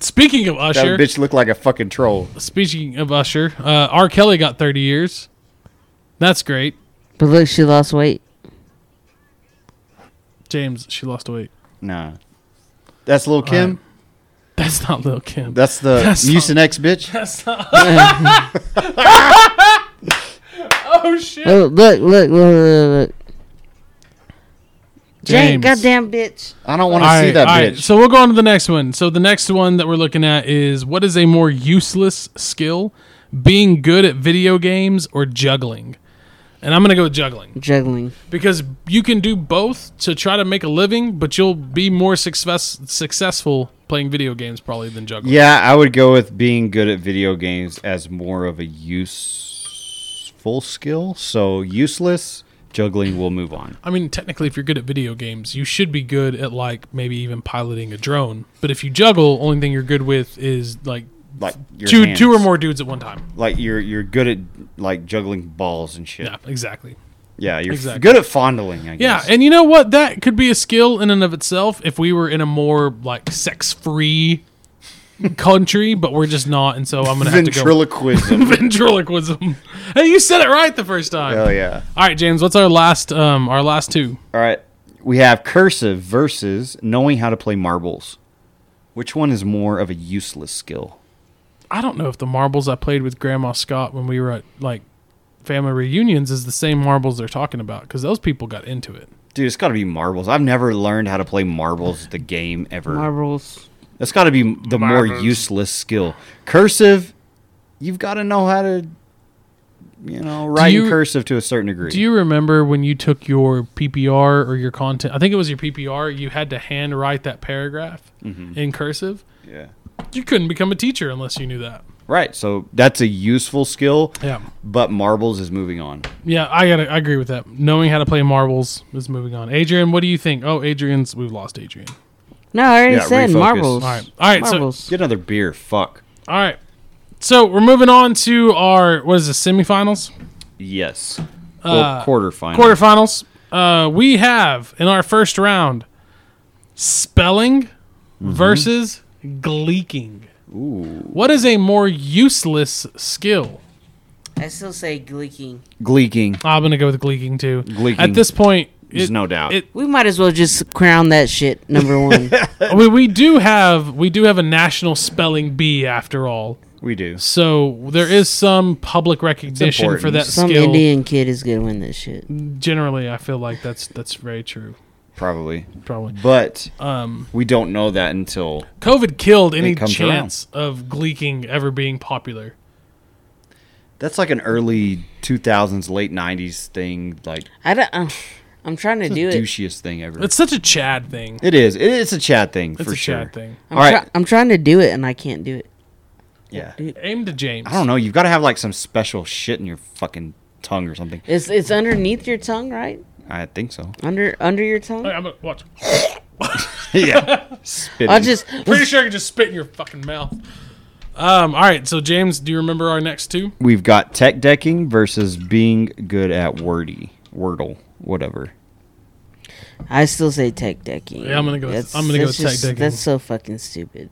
[SPEAKER 2] Speaking of
[SPEAKER 1] That
[SPEAKER 2] Usher,
[SPEAKER 1] bitch looked like a fucking troll.
[SPEAKER 2] speaking of Usher, uh, R. Kelly got 30 years. That's great,
[SPEAKER 3] But look, she lost weight.
[SPEAKER 2] James. She lost weight.
[SPEAKER 1] Nah. That's Lil Kim.
[SPEAKER 2] That's not Lil Kim.
[SPEAKER 1] That's the
[SPEAKER 2] That's not-
[SPEAKER 1] Mucinex bitch.
[SPEAKER 2] That's not. oh shit.
[SPEAKER 3] Oh, look, look, look, look, look.
[SPEAKER 2] James.
[SPEAKER 3] Jane, goddamn bitch.
[SPEAKER 1] I don't want to see
[SPEAKER 2] Alright,
[SPEAKER 1] that
[SPEAKER 2] alright,
[SPEAKER 1] bitch.
[SPEAKER 2] So we'll go on to the next one. So the next one that we're looking at is what is a more useless skill? Being good at video games or juggling? And I'm gonna go with juggling
[SPEAKER 3] Juggling.
[SPEAKER 2] because you can do both to try to make a living, but you'll be more success successful playing video games probably than juggling.
[SPEAKER 1] yeah, I would go with being good at video games as more of a useful skill. So useless juggling. We'll move on.
[SPEAKER 2] I mean, technically, if you're good at video games, you should be good at like maybe even piloting a drone. But if you juggle, only thing you're good with is like
[SPEAKER 1] Like your
[SPEAKER 2] two two or
[SPEAKER 1] hands.
[SPEAKER 2] more dudes at one time.
[SPEAKER 1] Like you're you're good at like juggling balls and shit.
[SPEAKER 2] Yeah,
[SPEAKER 1] Yeah,
[SPEAKER 2] exactly.
[SPEAKER 1] you're f-
[SPEAKER 2] Exactly.
[SPEAKER 1] good at fondling. I
[SPEAKER 2] Yeah,
[SPEAKER 1] guess.
[SPEAKER 2] and you know what? That could be a skill in and of itself if we were in a more like sex-free country, but we're just not, and so I'm gonna have to go
[SPEAKER 1] ventriloquism.
[SPEAKER 2] ventriloquism. hey, you said it right the first time.
[SPEAKER 1] Hell yeah.
[SPEAKER 2] All right, James, what's our last um our last two?
[SPEAKER 1] All right. We have cursive versus knowing how to play marbles. Which one is more of a useless skill?
[SPEAKER 2] I don't know if the marbles I played with Grandma Scott when we were at like family reunions is the same marbles they're talking about because those people got into it.
[SPEAKER 1] Dude, it's got to be marbles. I've never learned how to play marbles the game ever.
[SPEAKER 3] Marbles.
[SPEAKER 1] That's got to be the more useless skill. Cursive, you've got to know how to, you know, write
[SPEAKER 2] you-
[SPEAKER 1] in cursive to a certain degree.
[SPEAKER 2] Do you remember when you took your PPR or your content? I think it was your PPR. You had to handwrite that paragraph in cursive.
[SPEAKER 1] yeah.
[SPEAKER 2] You couldn't become a teacher unless you knew that.
[SPEAKER 1] Right. So that's a useful skill.
[SPEAKER 2] Yeah,
[SPEAKER 1] But marbles is moving on.
[SPEAKER 2] yeah. I gotta. I agree with that. Knowing how to play marbles is moving on. Adrian, what do you think? Oh, Adrian's. We've lost Adrian.
[SPEAKER 3] No, I already
[SPEAKER 1] Yeah,
[SPEAKER 3] said
[SPEAKER 1] refocus.
[SPEAKER 3] marbles.
[SPEAKER 2] All right. All right.
[SPEAKER 3] Marbles.
[SPEAKER 1] Get another beer. Fuck.
[SPEAKER 2] So all right. So we're moving on to our what is this semifinals?
[SPEAKER 1] Yes.
[SPEAKER 2] Uh,
[SPEAKER 1] well, quarterfinal.
[SPEAKER 2] quarterfinals. Uh, we have in our first round spelling
[SPEAKER 1] Mm-hmm.
[SPEAKER 2] versus gleeking. What is a more useless skill? Ah,
[SPEAKER 3] I still say gleeking.
[SPEAKER 1] Gleeking.
[SPEAKER 2] I'm gonna go with gleeking too.
[SPEAKER 1] Gleeking.
[SPEAKER 2] At this point,
[SPEAKER 1] There's
[SPEAKER 2] it-
[SPEAKER 1] no doubt.
[SPEAKER 2] It,
[SPEAKER 3] We might as well just crown that shit number one.
[SPEAKER 2] we, we do have we do have a national spelling bee after all,
[SPEAKER 1] we do.
[SPEAKER 2] so there is some public recognition for
[SPEAKER 1] important.
[SPEAKER 2] that
[SPEAKER 3] Some
[SPEAKER 2] skill.
[SPEAKER 3] Indian kid is gonna win this shit.
[SPEAKER 2] Generally, I feel like that's that's very true.
[SPEAKER 1] Probably.
[SPEAKER 2] Probably.
[SPEAKER 1] But
[SPEAKER 2] Um,
[SPEAKER 1] we don't know that until
[SPEAKER 2] COVID killed any
[SPEAKER 1] comes
[SPEAKER 2] chance of gleeking ever being popular.
[SPEAKER 1] that's like an early 2000s, late 90s thing. Like
[SPEAKER 3] I don't. Uh, I'm trying to
[SPEAKER 1] It's the
[SPEAKER 3] do it.
[SPEAKER 1] douchiest thing ever.
[SPEAKER 2] It's such a Chad thing.
[SPEAKER 1] It is. It, it's a chat thing
[SPEAKER 2] It's
[SPEAKER 1] for
[SPEAKER 2] a
[SPEAKER 1] sure.
[SPEAKER 2] Chad thing.
[SPEAKER 3] I'm,
[SPEAKER 1] All
[SPEAKER 3] try-
[SPEAKER 1] right.
[SPEAKER 3] I'm trying to do it and I can't do it.
[SPEAKER 1] Yeah.
[SPEAKER 2] Aim to James.
[SPEAKER 1] I don't know. You've got to have like some special shit in your fucking tongue or something.
[SPEAKER 3] It's it's underneath your tongue, right?
[SPEAKER 1] I think so.
[SPEAKER 3] Under under your tongue.
[SPEAKER 2] I'm gonna watch.
[SPEAKER 1] yeah. Spitting.
[SPEAKER 3] I'll just
[SPEAKER 2] Pretty sure I can just spit in your fucking mouth. Um. All right. So James, do you remember our next two?
[SPEAKER 1] We've got tech decking versus being good at wordy, wordle, whatever.
[SPEAKER 3] I still say tech decking.
[SPEAKER 2] Yeah, I'm gonna go with- I'm gonna go
[SPEAKER 3] that's
[SPEAKER 2] with tech
[SPEAKER 3] just-
[SPEAKER 2] decking.
[SPEAKER 3] That's so fucking stupid.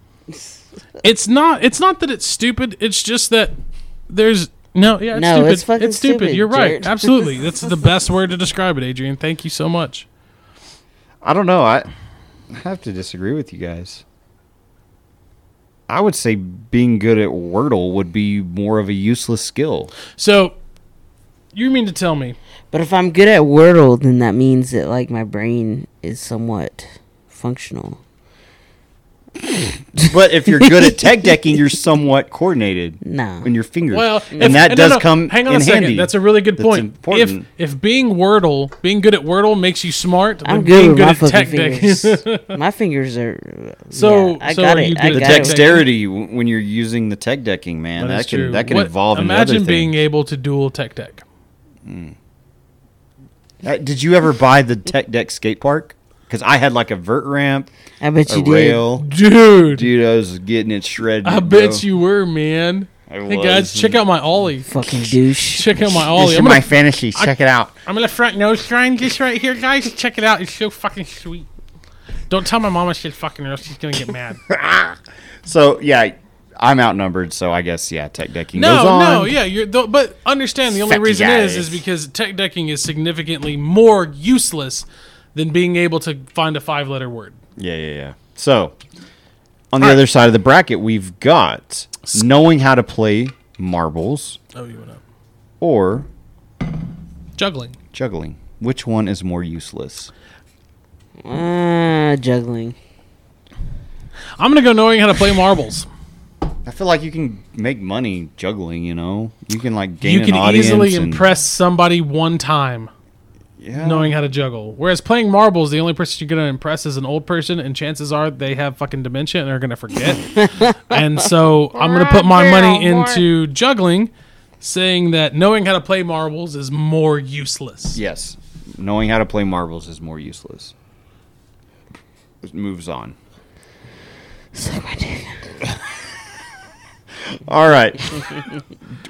[SPEAKER 2] It's not. It's not that it's stupid. It's just that there's no. Yeah. It's
[SPEAKER 3] No,
[SPEAKER 2] stupid.
[SPEAKER 3] it's fucking
[SPEAKER 2] stupid.
[SPEAKER 3] stupid,
[SPEAKER 2] You're right.
[SPEAKER 3] Jared.
[SPEAKER 2] Absolutely. That's the best word to describe it, Adrian. Thank you so much.
[SPEAKER 1] I don't know. I, I have to disagree with you guys. I would say being good at wordle would be more of a useless skill.
[SPEAKER 2] So, you mean to tell me?
[SPEAKER 3] But if I'm good at Wordle, then that means that like my brain is somewhat functional.
[SPEAKER 1] But if you're good at tech decking, you're somewhat coordinated
[SPEAKER 3] No.
[SPEAKER 1] in your fingers.
[SPEAKER 2] Well,
[SPEAKER 1] and
[SPEAKER 2] if-
[SPEAKER 1] that
[SPEAKER 2] no,
[SPEAKER 1] does
[SPEAKER 2] no,
[SPEAKER 1] come
[SPEAKER 2] Hang on
[SPEAKER 1] in
[SPEAKER 2] a second.
[SPEAKER 1] handy.
[SPEAKER 2] That's a really good
[SPEAKER 1] That's
[SPEAKER 2] point. If
[SPEAKER 1] important.
[SPEAKER 2] if being Wordle, being good at Wordle makes you smart, then
[SPEAKER 3] I'm
[SPEAKER 2] being
[SPEAKER 3] good with my
[SPEAKER 2] good at
[SPEAKER 3] fucking
[SPEAKER 2] tech deck-
[SPEAKER 3] fingers. my fingers are.
[SPEAKER 2] So-
[SPEAKER 3] yeah, I
[SPEAKER 2] so
[SPEAKER 3] got
[SPEAKER 2] are
[SPEAKER 3] it.
[SPEAKER 2] you
[SPEAKER 3] I
[SPEAKER 2] good
[SPEAKER 1] the
[SPEAKER 2] at
[SPEAKER 3] got
[SPEAKER 2] tech deck?
[SPEAKER 3] it.
[SPEAKER 1] dexterity w- when you're using the tech decking, man,
[SPEAKER 2] That
[SPEAKER 1] that,
[SPEAKER 2] is
[SPEAKER 1] can
[SPEAKER 2] true.
[SPEAKER 1] that can
[SPEAKER 2] What-
[SPEAKER 1] evolve into
[SPEAKER 2] Imagine
[SPEAKER 1] other
[SPEAKER 2] being
[SPEAKER 1] things.
[SPEAKER 2] able to dual tech deck.
[SPEAKER 1] Uh, Did you ever buy the tech deck skate park? Because I had like a vert ramp,
[SPEAKER 3] I bet
[SPEAKER 1] a
[SPEAKER 3] you did.
[SPEAKER 1] rail.
[SPEAKER 2] Dude,
[SPEAKER 1] Dude, I was getting it shredded.
[SPEAKER 2] I
[SPEAKER 1] bro.
[SPEAKER 2] bet you were, man.
[SPEAKER 1] I
[SPEAKER 2] hey guys,
[SPEAKER 1] was.
[SPEAKER 2] check out my ollie.
[SPEAKER 3] Fucking douche.
[SPEAKER 2] Check out my ollie.
[SPEAKER 1] This is
[SPEAKER 2] I'm
[SPEAKER 1] my
[SPEAKER 2] gonna,
[SPEAKER 1] fantasy. Check it out.
[SPEAKER 2] I'm gonna front nose grind this right here, guys. Check it out. It's so fucking sweet. Don't tell my mom I said fucking, or else she's gonna get mad.
[SPEAKER 1] So yeah, I'm outnumbered. So I guess yeah, tech decking goes
[SPEAKER 2] No,
[SPEAKER 1] on.
[SPEAKER 2] no, yeah, you're th- but understand the only
[SPEAKER 1] Fuck
[SPEAKER 2] reason is
[SPEAKER 1] guys.
[SPEAKER 2] is because tech decking is significantly more useless than being able to find a five letter word.
[SPEAKER 1] Yeah, yeah, yeah. So, on the other side of the bracket, we've got knowing how to play marbles
[SPEAKER 2] Oh, you went up.
[SPEAKER 1] or
[SPEAKER 2] Juggling.
[SPEAKER 1] juggling. Which one is more useless?
[SPEAKER 3] Uh, juggling.
[SPEAKER 2] I'm gonna go knowing how to play marbles.
[SPEAKER 1] I feel like you can make money juggling. You know, you can like gain
[SPEAKER 2] you
[SPEAKER 1] an
[SPEAKER 2] can
[SPEAKER 1] audience.
[SPEAKER 2] easily
[SPEAKER 1] and-
[SPEAKER 2] impress somebody one time
[SPEAKER 1] Yeah.
[SPEAKER 2] knowing how to juggle. Whereas playing marbles, the only person you're gonna impress is an old person, and chances are they have fucking dementia and are gonna forget. and so I'm gonna put my money into juggling, saying that knowing how to play marbles is more useless.
[SPEAKER 1] Yes, knowing how to play marbles is more useless. It moves on.
[SPEAKER 3] Suck my dick.
[SPEAKER 1] All right.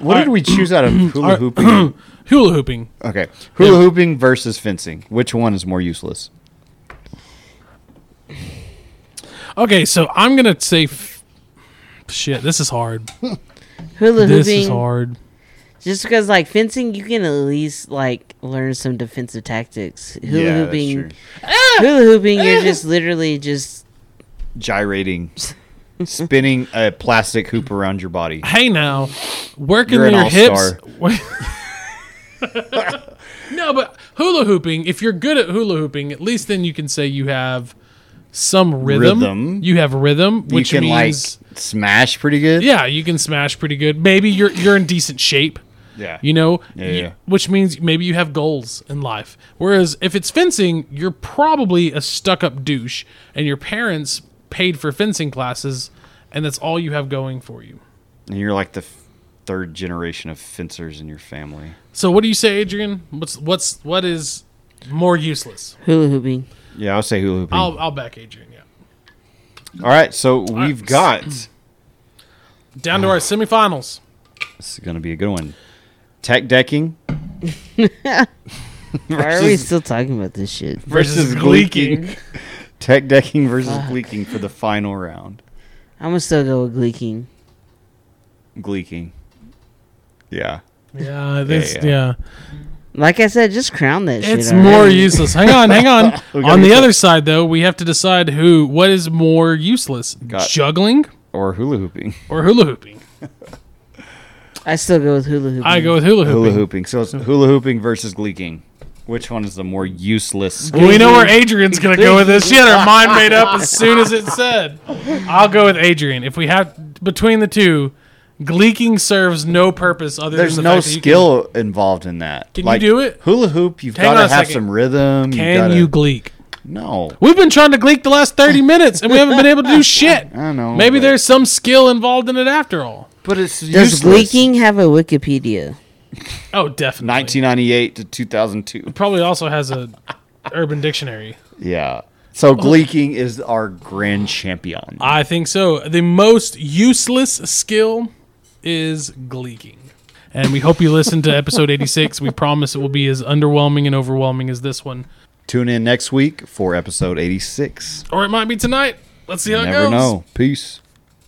[SPEAKER 1] what did we choose out of hula hooping?
[SPEAKER 2] Hula hooping.
[SPEAKER 1] okay, hula hooping versus fencing. Which one is more useless?
[SPEAKER 2] Okay, so I'm gonna say, f- shit, this is hard.
[SPEAKER 3] Hula
[SPEAKER 2] This is
[SPEAKER 3] hooping.
[SPEAKER 2] hard.
[SPEAKER 3] Just because like fencing, you can at least like learn some defensive tactics. Hula
[SPEAKER 1] Yeah, that's
[SPEAKER 3] hooping.
[SPEAKER 1] true.
[SPEAKER 3] Hula hooping. You're just literally just.
[SPEAKER 1] Gyrating, spinning a plastic hoop around your body.
[SPEAKER 2] Hey now, working
[SPEAKER 1] You're an
[SPEAKER 2] your hips.
[SPEAKER 1] all-star.
[SPEAKER 2] no, but hula hooping. If you're good at hula hooping, at least then you can say you have some rhythm.
[SPEAKER 1] Rhythm.
[SPEAKER 2] You have rhythm, which
[SPEAKER 1] you can
[SPEAKER 2] means
[SPEAKER 1] like smash pretty good.
[SPEAKER 2] yeah, you can smash pretty good. Maybe you're you're in decent shape.
[SPEAKER 1] yeah.
[SPEAKER 2] You know,
[SPEAKER 1] Yeah,
[SPEAKER 2] Y-
[SPEAKER 1] yeah.
[SPEAKER 2] which means maybe you have goals in life. Whereas if it's fencing, you're probably a stuck-up douche, and your parents paid for fencing classes, and that's all you have going for you.
[SPEAKER 1] and you're like the f- third generation of fencers in your family.
[SPEAKER 2] So what do you say, Adrian? What's what's what is more useless?
[SPEAKER 3] Hula hooping.
[SPEAKER 1] Yeah, I'll say hula hooping.
[SPEAKER 2] I'll I'll back Adrian. Yeah,
[SPEAKER 1] All right, so we've got this
[SPEAKER 2] down to our semifinals.
[SPEAKER 1] is going to be a good one. Tech decking
[SPEAKER 3] Why are we still talking about this shit?
[SPEAKER 1] versus
[SPEAKER 2] Versus
[SPEAKER 1] gleeking. Tech decking versus gleeking for the final round.
[SPEAKER 3] I'm gonna still go with gleeking.
[SPEAKER 1] Gleeking. Yeah.
[SPEAKER 2] Yeah, this,
[SPEAKER 1] yeah.
[SPEAKER 2] yeah,
[SPEAKER 3] Like I said, just crown that shit.
[SPEAKER 2] It's
[SPEAKER 3] already.
[SPEAKER 2] more useless. Hang on, hang on.
[SPEAKER 1] We gotta
[SPEAKER 2] on
[SPEAKER 1] get
[SPEAKER 2] the
[SPEAKER 1] to-
[SPEAKER 2] other side, though, we have to decide who what is more useless:
[SPEAKER 1] Got-
[SPEAKER 2] juggling
[SPEAKER 1] Or hula hooping.
[SPEAKER 2] or hula hooping.
[SPEAKER 3] I still go with hula hooping.
[SPEAKER 2] I go with hula hooping.
[SPEAKER 1] Hula hooping. So it's hula hooping versus gleeking. Which one is the more useless?
[SPEAKER 2] Well, we know where Adrian's gonna go with this. She had her mind made up as soon as it said. I'll go with Adrian. If we have between the two, Gleeking serves no purpose other
[SPEAKER 1] There's
[SPEAKER 2] than the
[SPEAKER 1] no
[SPEAKER 2] fact that you can-
[SPEAKER 1] skill involved in that.
[SPEAKER 2] Can you do it?
[SPEAKER 1] Hula hoop, you've
[SPEAKER 2] Hang
[SPEAKER 1] got
[SPEAKER 2] on
[SPEAKER 1] to
[SPEAKER 2] a
[SPEAKER 1] have
[SPEAKER 2] second.
[SPEAKER 1] some rhythm.
[SPEAKER 2] Can
[SPEAKER 1] gotta-
[SPEAKER 2] you gleek?
[SPEAKER 1] No.
[SPEAKER 2] We've been trying to gleek the last 30 minutes and we haven't been able to do shit.
[SPEAKER 1] I know,
[SPEAKER 2] Maybe
[SPEAKER 1] but-
[SPEAKER 2] there's some skill involved in it after all.
[SPEAKER 1] But it's
[SPEAKER 3] Does
[SPEAKER 1] useless.
[SPEAKER 3] leaking have a Wikipedia?
[SPEAKER 2] Oh, definitely.
[SPEAKER 1] 1998 to 2002.
[SPEAKER 2] Probably also has a urban dictionary.
[SPEAKER 1] Yeah. So gleeking is our grand champion.
[SPEAKER 2] I think so. The most useless skill is gleeking. And we hope you listen to episode 86. We promise it will be as underwhelming and overwhelming as this one.
[SPEAKER 1] Tune in next week for episode 86.
[SPEAKER 2] Or it might be tonight. Let's see how it
[SPEAKER 1] Never
[SPEAKER 2] goes.
[SPEAKER 1] know. Peace.